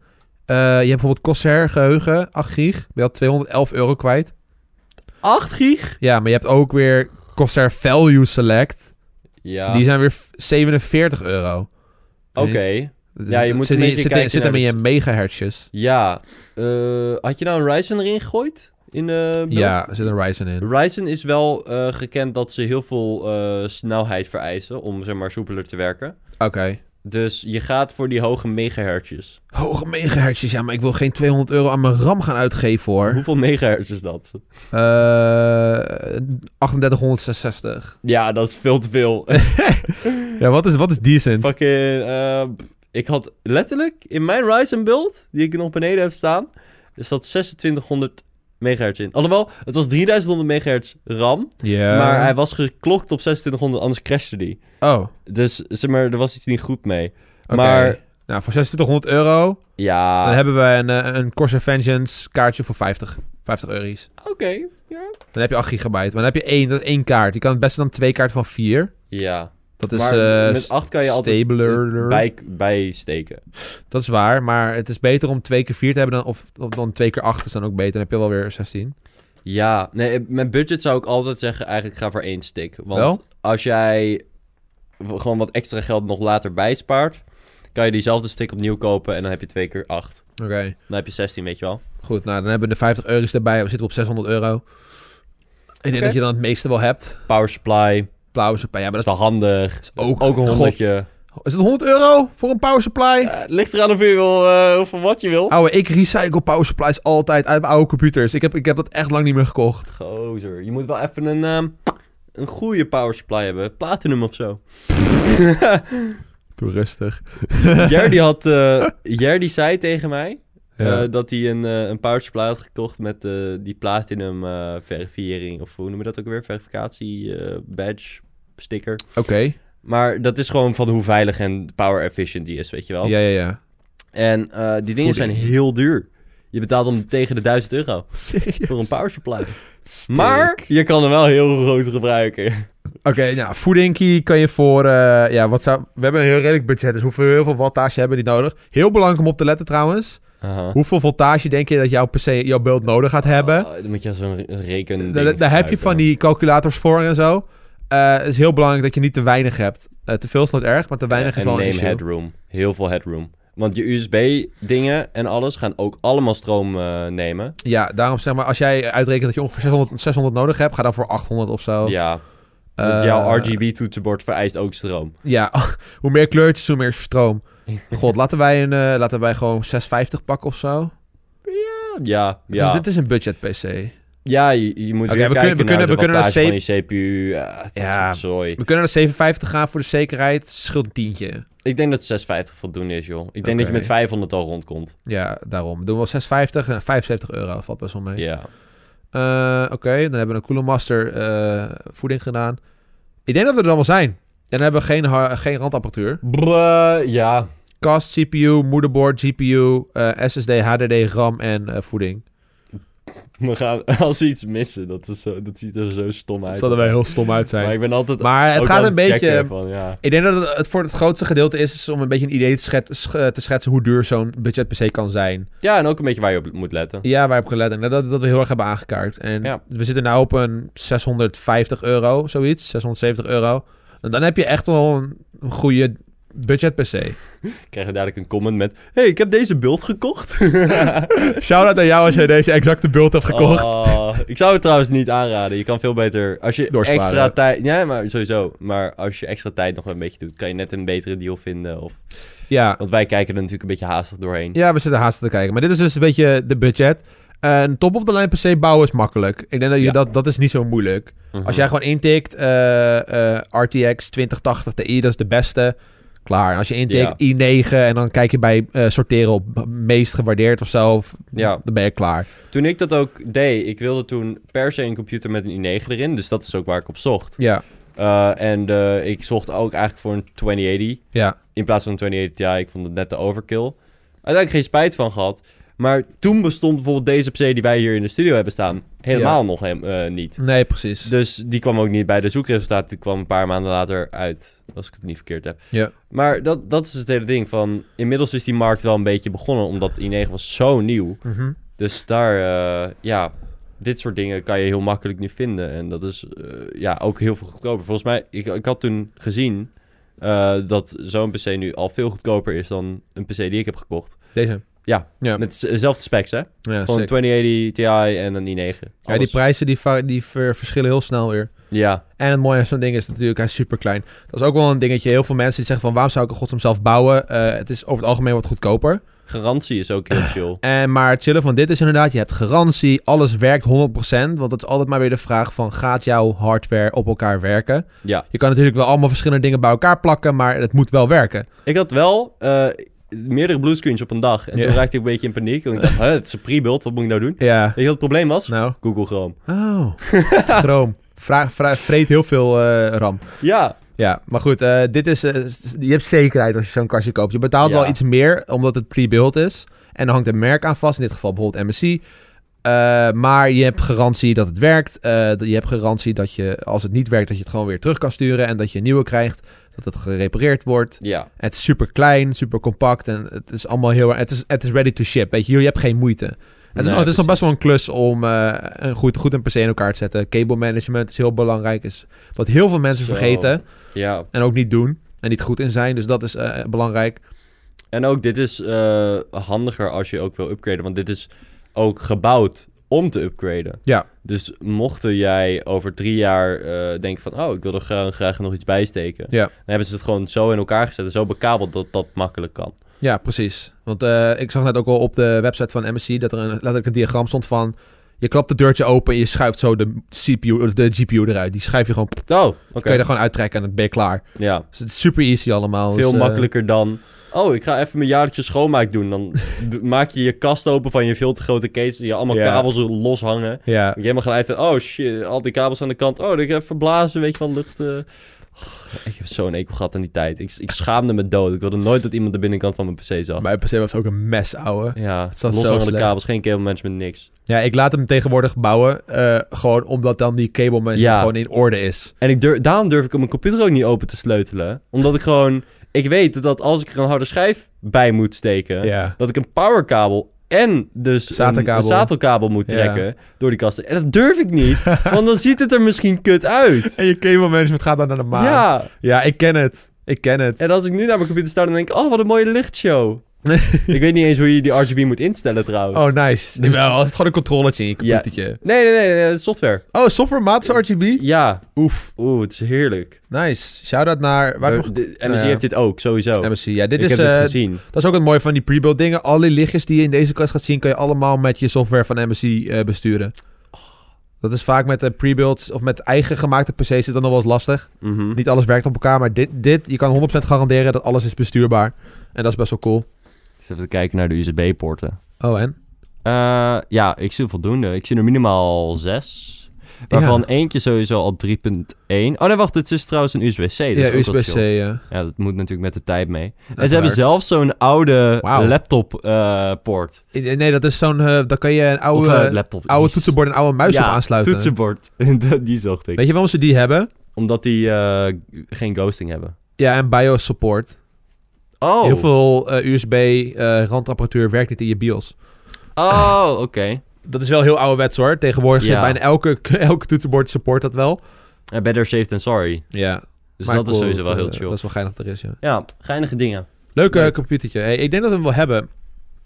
S1: Eh, je hebt bijvoorbeeld Corsair geheugen, 8 gig. Ben je al 211 euro kwijt.
S2: 8 gig?
S1: Ja, maar je hebt ook weer Corsair Value Select.
S2: Ja,
S1: Die zijn weer v- 47 euro.
S2: oké.
S1: Dus
S2: Ja, je
S1: dat
S2: moet
S1: zit
S2: een
S1: in-
S2: beetje
S1: zit in-
S2: kijken
S1: Zit
S2: naar
S1: hem in
S2: de
S1: je megahertzjes.
S2: Ja, eh, had je nou een Ryzen erin gegooid? In eh, de beeld?
S1: Ja, er zit een Ryzen in.
S2: Ryzen is wel eh, gekend dat ze heel veel eh, snelheid vereisen om, zeg maar, soepeler te werken.
S1: Oké.
S2: Dus je gaat voor die hoge megahertzjes.
S1: Hoge megahertzjes, ja, maar ik wil geen 200 euro aan mijn RAM gaan uitgeven hoor.
S2: Hoeveel megahertz is dat?
S1: Eh, 3866.
S2: Ja, dat is veel te veel.
S1: Ja, wat is, wat is decent?
S2: Fucking, eh, ik had letterlijk in mijn Ryzen build, die ik nog beneden heb staan, is dat 2600 megahertz in. Alhoewel, het was 3100 megahertz RAM,
S1: Ja.
S2: maar hij was geklokt op 2600, anders crashte die.
S1: Oh,
S2: Dus zeg maar, er was iets niet goed mee.
S1: oké.
S2: Maar
S1: Nou, voor 2600 euro
S2: ja,
S1: Dan hebben we een, eh, een Corsair Vengeance kaartje voor 50. 50 euro's.
S2: oké. ja.
S1: Dan heb je 8 gigabyte. Maar dan heb je één, dat is één kaart. Je kan het beste dan twee kaarten van vier.
S2: Ja,
S1: Dat is
S2: maar
S1: eh,
S2: met 8 kan je altijd
S1: stabler.
S2: bij, bijsteken.
S1: Dat is waar. Maar het is beter om twee keer vier te hebben dan, of, of dan twee keer acht is dan ook beter. Dan heb je wel weer 16.
S2: Ja, nee, eh, mijn budget zou ik altijd zeggen, eigenlijk ga voor één stick. Want
S1: Wel?
S2: als jij w- gewoon wat extra geld nog later bijspaart, kan je diezelfde stick opnieuw kopen en dan heb je twee keer acht.
S1: Oké,
S2: Dan heb je 16, weet je wel.
S1: goed. Nou, dan hebben we de 50 euro's erbij. We zitten op 600 euro. Ik denk
S2: Oké.
S1: dat je dan het meeste wel hebt.
S2: Power supply,
S1: Power supply. Ja, maar
S2: dat is Oh,
S1: dat
S2: wel handig.
S1: is ook,
S2: Ook een
S1: God.
S2: honderdje.
S1: Is het 100 euro voor een power supply?
S2: Eh, het ligt eraan of je wil, eh, of wat je wil.
S1: Ouwe, ik recycle power supplies altijd uit mijn oude computers. Ik heb, ik heb dat echt lang niet meer gekocht.
S2: Gozer, je moet wel even een, ehm, een goede power supply hebben. Platinum of zo.
S1: Doe rustig.
S2: Jerdy had, eh Jerdy zei tegen mij
S1: Ja.
S2: eh, dat hij een, eh, een power supply had gekocht met eh, die platinum eh, verifiering. Of hoe noem je dat ook weer? Verificatie eh, badge sticker.
S1: Oké.
S2: Maar dat is gewoon van hoe veilig en power efficient die is, weet je wel.
S1: Ja, ja, ja.
S2: En eh, die dingen zijn
S1: Voeding.
S2: heel duur. Je betaalt hem tegen de 1000 euro
S1: Serieus?
S2: voor een power supply. Maar je kan hem wel heel groot gebruiken.
S1: Oké, nou, voedingkie kan je voor... eh, ja, wat zou... We hebben een heel redelijk budget, dus hoeveel, heel veel wattage hebben die nodig? Heel belangrijk om op te letten trouwens.
S2: Aha.
S1: Hoeveel voltage denk je dat jouw PC, jouw beeld nodig gaat hebben?
S2: Oh, dan moet je zo'n re- reken.
S1: Daar- daar heb je van die calculators voor en zo. Eh, Het is heel belangrijk dat je niet te weinig hebt. Eh, te veel is nooit erg, maar te weinig is wel een
S2: neem
S1: issue.
S2: headroom. Heel veel headroom. Want je USB-dingen en alles gaan ook allemaal stroom eh, nemen.
S1: Ja, daarom zeg maar, als jij uitrekent dat je ongeveer 600, 600 nodig hebt, ga dan voor 800 of zo.
S2: Ja.
S1: Oh. Eh,
S2: Want jouw RGB-toetsenbord vereist ook stroom.
S1: Ja, hoe meer kleurtjes, hoe meer stroom. God, laten wij, een, eh, laten wij gewoon 650 pakken of zo.
S2: Ja,
S1: Dus
S2: ja.
S1: dit is een budget PC.
S2: ja je, je moet
S1: Oké,
S2: weer
S1: we
S2: kijken
S1: kunnen- we kunnen-
S2: naar
S1: we
S2: de
S1: kunnen naar
S2: wattage van je CPU. Ja, Ah, dat
S1: Ja.
S2: soort zooi.
S1: We kunnen naar 57 gaan voor de zekerheid. Het scheelt een tientje.
S2: Ik denk dat 650 voldoende is, joh. Ik denk
S1: Oké.
S2: dat je met 500 al rondkomt.
S1: Ja, daarom. Doen we wel 650 en 75 euro. Valt best wel mee.
S2: Ja.
S1: Eh, Oké, dan hebben we een Cooler Master eh, voeding gedaan. Ik denk dat we er dan wel zijn. En dan hebben we geen, har- geen randapparatuur.
S2: Bruh, ja.
S1: Kast, CPU, moederbord, GPU, eh, SSD, HDD, RAM en eh, voeding.
S2: We gaan, als ze iets missen, dat, is zo, dat ziet er zo stom uit.
S1: Dat zal er wel heel stom uit zijn.
S2: Maar ik ben altijd...
S1: Maar het
S2: ook
S1: gaat
S2: aan
S1: een beetje...
S2: checken Van, ja.
S1: Ik denk dat het- het voor het grootste gedeelte is, is om een beetje een idee te, schet- sch- eh, te schetsen hoe duur zo'n budget PC kan zijn.
S2: ja, en ook een beetje waar je op moet letten.
S1: Ja, waarop kan letten. Nou, Dat, dat we heel erg hebben aangekaart. En
S2: Ja.
S1: we zitten nu op een 650 euro, zoiets. 670 euro. En dan heb je echt wel een, een goede budget PC.
S2: Krijgen we dadelijk een comment met... hey, ik heb deze bult gekocht.
S1: Shout-out aan jou als jij deze exacte build hebt gekocht.
S2: Oh, ik zou het trouwens niet aanraden. Je kan veel beter... Als je
S1: Doorsparen.
S2: extra tijd... Ja, maar sowieso. Maar als je extra tijd nog een beetje doet... kan je net een betere deal vinden. Of...
S1: Ja.
S2: Want wij kijken er natuurlijk een beetje haastig doorheen.
S1: ja, we zitten haast te kijken. Maar dit is dus een beetje de budget. Een top-of-the-line PC bouwen is makkelijk. Ik denk dat je
S2: Ja.
S1: dat, dat is niet zo moeilijk.
S2: Mhm.
S1: Als jij gewoon intikt eh, eh, RTX 2080 Ti, dat is de beste. Klaar. En als je intikt i9 en dan kijk je bij eh, sorteren op meest gewaardeerd of zo, of-
S2: Ja.
S1: dan ben je klaar.
S2: Toen ik dat ook deed, ik wilde toen per se een computer met een i9 erin. Dus dat is ook waar ik op zocht.
S1: Ja,
S2: Eh, en eh, ik zocht ook eigenlijk voor een 2080.
S1: ja.
S2: In plaats van een 2080 Ti. Ik vond het net de overkill. Uiteindelijk geen spijt van gehad. Maar toen bestond bijvoorbeeld deze PC die wij hier in de studio hebben staan... helemaal nog hem, eh, niet.
S1: Nee, precies.
S2: Dus die kwam ook niet bij de zoekresultaten. Die kwam een paar maanden later uit. Als ik het niet verkeerd heb.
S1: Ja.
S2: Maar dat, dat is het hele ding. Van, inmiddels is die markt wel een beetje begonnen. Omdat i9 was zo nieuw.
S1: Mhm.
S2: Dus daar, eh, ja, dit soort dingen kan je heel makkelijk nu vinden. En dat is eh, ja, ook heel veel goedkoper. Volgens mij, ik, ik had toen gezien eh, dat zo'n PC nu al veel goedkoper is dan een PC die ik heb gekocht.
S1: Deze.
S2: Ja.
S1: Ja,
S2: Met z- dezelfde specs, hè?
S1: ja,
S2: Gewoon
S1: sick.
S2: 2080 Ti en een i9.
S1: ja die
S2: Alles.
S1: prijzen die, va- die ver- verschillen heel snel weer.
S2: Ja,
S1: En het mooie aan zo'n ding is natuurlijk, hij is super klein. Dat is ook wel een dingetje. Heel veel mensen die zeggen van, waarom zou ik een godsnaam zelf bouwen? Eh, het is over het algemeen wat goedkoper.
S2: garantie is ook heel chill.
S1: En, maar het chillen van dit is inderdaad, je hebt garantie, alles werkt 100%. Want dat is altijd maar weer de vraag van, gaat jouw hardware op elkaar werken?
S2: Ja.
S1: Je kan natuurlijk wel allemaal verschillende dingen bij elkaar plakken, maar het moet wel werken.
S2: Ik had wel eh, meerdere bluescreens op een dag. En
S1: Ja.
S2: toen raakte ik een beetje in paniek. Want ik dacht, "Huh, het is een pre-build, wat moet ik nou doen?
S1: Ja.
S2: Weet je wat het probleem was?
S1: Nou.
S2: Google Chrome.
S1: Oh. Schroom. Vra- vra- vreet heel veel eh, RAM.
S2: Ja,
S1: Ja, maar goed, eh, dit is, eh, s- je hebt zekerheid als je zo'n kastje koopt. Je betaalt
S2: Ja.
S1: wel iets meer, omdat het pre-built is. En dan hangt een merk aan vast, in dit geval bijvoorbeeld MSI. Eh, maar je hebt garantie dat het werkt. Eh, dat- je hebt garantie dat je, als het niet werkt, dat je het gewoon weer terug kan sturen. En dat je een nieuwe krijgt, dat het gerepareerd wordt.
S2: ja.
S1: Het is super klein, super compact en het is allemaal heel... Het is, het is ready to ship, weet je. Je hebt geen moeite. Het is,
S2: Nee,
S1: nog- het is nog
S2: precies.
S1: best wel een klus om eh, een goed, goed een PC in elkaar te zetten. Cable management is heel belangrijk. Is wat heel veel mensen
S2: Zo.
S1: vergeten
S2: Ja,
S1: en ook niet doen. En niet goed in zijn. Dus dat is eh, belangrijk.
S2: En ook dit is eh, handiger als je ook wil upgraden. Want dit is ook gebouwd om te upgraden.
S3: Ja.
S2: Dus mochten jij over drie jaar eh, denken van... oh, ik wil er graag, graag nog iets bij steken.
S3: Ja.
S2: Dan hebben ze het gewoon zo in elkaar gezet en zo bekabeld dat dat makkelijk kan.
S1: Ja, precies. Want eh, ik zag net ook al op de website van MSC dat er een, letterlijk een diagram stond van... Je klapt het deurtje open en je schuift zo de, CPU, of de GPU eruit. Die schuif je gewoon... pff,
S2: Oh, oké.
S1: Kun je er gewoon uittrekken en dan ben je klaar.
S2: Ja.
S1: Dus het is super easy allemaal.
S2: Veel
S1: Dus, eh,
S2: makkelijker dan. Oh, ik ga even mijn jaartje schoonmaak doen. Dan d- maak je je kast open van je veel te grote case. Je allemaal
S1: Ja.
S2: kabels loshangen.
S1: Ja.
S2: Je helemaal gaan uit. Oh shit, al die kabels aan de kant. Oh, ik heb verblazen. Weet je van lucht. eh. Oh, ik heb zo'n ekel gehad aan die tijd. Ik, ik schaamde me dood. Ik wilde nooit dat iemand de binnenkant van mijn PC zag.
S1: Mijn PC was ook een mes, ouwe.
S2: ja,
S1: zat zo
S2: loshangende
S1: slecht.
S2: kabels, geen cable management, niks.
S1: Ja, ik laat hem tegenwoordig bouwen. eh, gewoon omdat dan die cable management
S2: Ja.
S1: gewoon in orde is.
S2: En ik durf, daarom durf ik op mijn computer ook niet open te sleutelen. Omdat ik gewoon. Ik weet dat als ik er een harde schijf bij moet steken.
S1: Ja.
S2: dat ik een powerkabel en dus een-
S1: Satelkabel.
S2: een satelkabel moet
S1: Ja.
S2: trekken door die kasten. En dat durf ik niet, want dan ziet het er misschien kut uit.
S1: En je cable management gaat dan naar de maan. Ja,
S2: Ja,
S1: ik ken het. Ik ken het.
S2: en als ik nu naar mijn computer sta, dan denk ik, oh, wat een mooie lichtshow. ik weet niet eens hoe je die RGB moet instellen trouwens.
S1: Oh, nice.
S2: Dus-
S1: Wel, als het gewoon een controllertje in je
S2: Ja.
S1: computertje.
S2: Nee, nee, nee, nee, software.
S1: Oh, software maat is RGB?
S2: Ja,
S1: Oef.
S2: oeh, het is heerlijk.
S1: Nice. Shout-out naar... Waar heb ik nog-
S2: De- de- MSI
S1: Nou ja.
S2: heeft dit ook, sowieso.
S1: MSC. Ja, dit
S2: Oh. ik
S1: is...
S2: heb
S1: eh,
S2: het gezien.
S1: dat is ook het mooie van die pre-built dingen. Alle lichtjes die je in deze kast gaat zien... kan je allemaal met je software van MSC eh, besturen. Dat is vaak met de pre-builds of met eigen gemaakte PC's... is dat nog wel eens lastig.
S2: Mhm.
S1: Niet alles werkt op elkaar, maar dit, dit... je kan 100% garanderen dat alles is bestuurbaar. En dat is best wel cool.
S2: Ik zit even te kijken naar de USB-poorten.
S1: Oh, en?
S2: Eh, ja, ik zie voldoende. Ik zie er minimaal zes. Waarvan eentje sowieso al 3.1. Oh nee, wacht, dit is trouwens een USB-C. dat
S1: Ja,
S2: is ook wel
S1: USB-C,
S2: chill.
S1: ja.
S2: Ja, dat moet natuurlijk met de tijd mee. En
S1: Uiteraard.
S2: ze hebben zelfs zo'n oude
S1: Wauw.
S2: laptop-poort.
S1: Eh, Nee, dat is zo'n... eh daar kan je een oude,
S2: of eh, laptop.
S1: oude
S2: jeez.
S1: toetsenbord en oude muis
S2: Ja,
S1: op aansluiten.
S2: toetsenbord. Dat- die zocht ik.
S1: Weet je waarom ze die hebben?
S2: Omdat die eh, geen ghosting hebben.
S1: Ja, en BIOS support.
S2: Oh,
S1: Heel veel eh, USB eh, randapparatuur werkt niet in je BIOS.
S2: oh oké.
S1: Dat is wel heel ouderwets hoor. Tegenwoordig zit
S2: Ja.
S1: bijna elke, elke toetsenbord support dat wel.
S2: Eh, Better safe than sorry.
S1: Ja.
S2: Dus
S1: maar
S2: dat is
S1: cool,
S2: sowieso wel
S1: eh,
S2: heel chill.
S1: Dat is wel geinig dat er is, ja.
S2: Ja, geinige dingen.
S1: Leuk
S2: Leuk.
S1: eh, computertje. Hey, ik denk dat we hem wel hebben.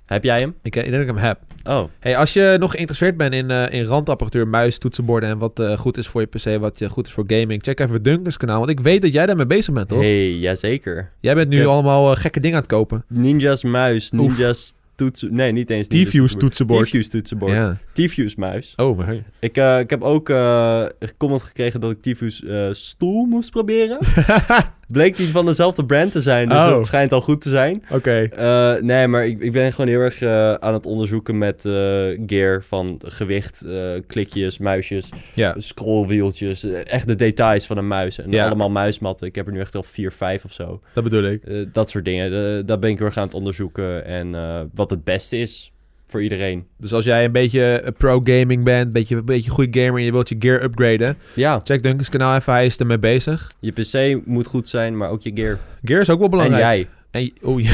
S2: Heb jij hem?
S1: Ik, eh, ik denk dat ik hem heb.
S2: Oh,
S1: Hey, als je nog geïnteresseerd bent in, eh, in randapparatuur, muis, toetsenborden en wat eh, goed is voor je PC, wat je goed is voor gaming, check even Dunkers kanaal. Want ik weet dat jij daarmee bezig bent, toch?
S2: hey, jazeker.
S1: Jij bent nu
S2: Ik heb-
S1: allemaal eh, gekke dingen aan het kopen.
S2: Ninja's muis, ninja's toetsen... Nee, niet eens ninja's
S1: Diffuse toetsenbord.
S2: Diffuse toetsenbord.
S1: Ja.
S2: Tyfus muis.
S1: Oh, maar...
S2: Ik, eh, ik heb ook eh, een comment gekregen dat ik Tyfus eh, stoel moest proberen. Bleek niet van dezelfde brand te zijn, dus
S1: Oh.
S2: dat schijnt al goed te zijn.
S1: Oké.
S2: Eh, nee, maar ik, ik ben gewoon heel erg eh, aan het onderzoeken met eh, gear van gewicht, eh, klikjes, muisjes,
S1: Ja.
S2: scrollwieltjes, eh, echt de details van een muis. En
S1: Ja.
S2: allemaal muismatten. Ik heb er nu echt al vier, vijf of zo.
S1: Dat bedoel ik.
S2: Eh, dat soort dingen. Eh, dat ben ik heel erg aan het onderzoeken en eh, wat het beste is voor iedereen.
S1: Dus als jij een beetje eh, pro-gaming bent, een beetje, een beetje goed gamer en je wilt je gear upgraden,
S2: Ja,
S1: check Duncan's kanaal even, hij is ermee bezig.
S2: je PC moet goed zijn, maar ook je gear.
S1: Gear is ook wel belangrijk.
S2: En
S1: En je- oei.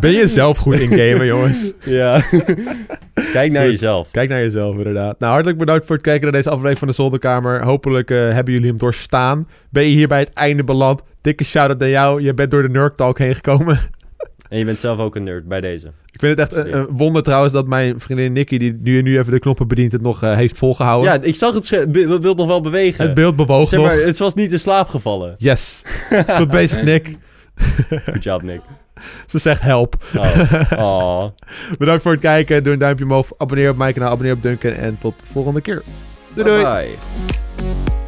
S1: ben je zelf goed in gamen, jongens?
S2: jij. Ja. Kijk naar
S1: Goed.
S2: jezelf.
S1: Kijk naar jezelf, inderdaad. Nou, hartelijk bedankt voor het kijken naar deze aflevering van de Zolderkamer. Hopelijk eh, hebben jullie hem doorstaan. Ben je hier bij het einde beland? Dikke shout-out naar jou. Je bent door de Nerd Talk heen gekomen.
S2: En je bent zelf ook een nerd bij deze.
S1: Ik vind het echt een, een wonder trouwens dat mijn vriendin Nikki, die nu, nu even de knoppen bedient, het nog eh, heeft volgehouden.
S2: Ja, ik zag het sche- be- beeld nog wel bewegen.
S1: het beeld bewoog
S2: zeg maar,
S1: nog.
S2: het was niet in slaap gevallen.
S1: Yes. Goed bezig, Nick.
S2: Good job, Nick.
S1: Ze zegt help.
S2: Oh. Oh.
S1: Bedankt voor het kijken. Doe een duimpje omhoog. Abonneer op mijn kanaal. Abonneer op Duncan. En tot de volgende keer. Doei doei.
S2: Bye-bye.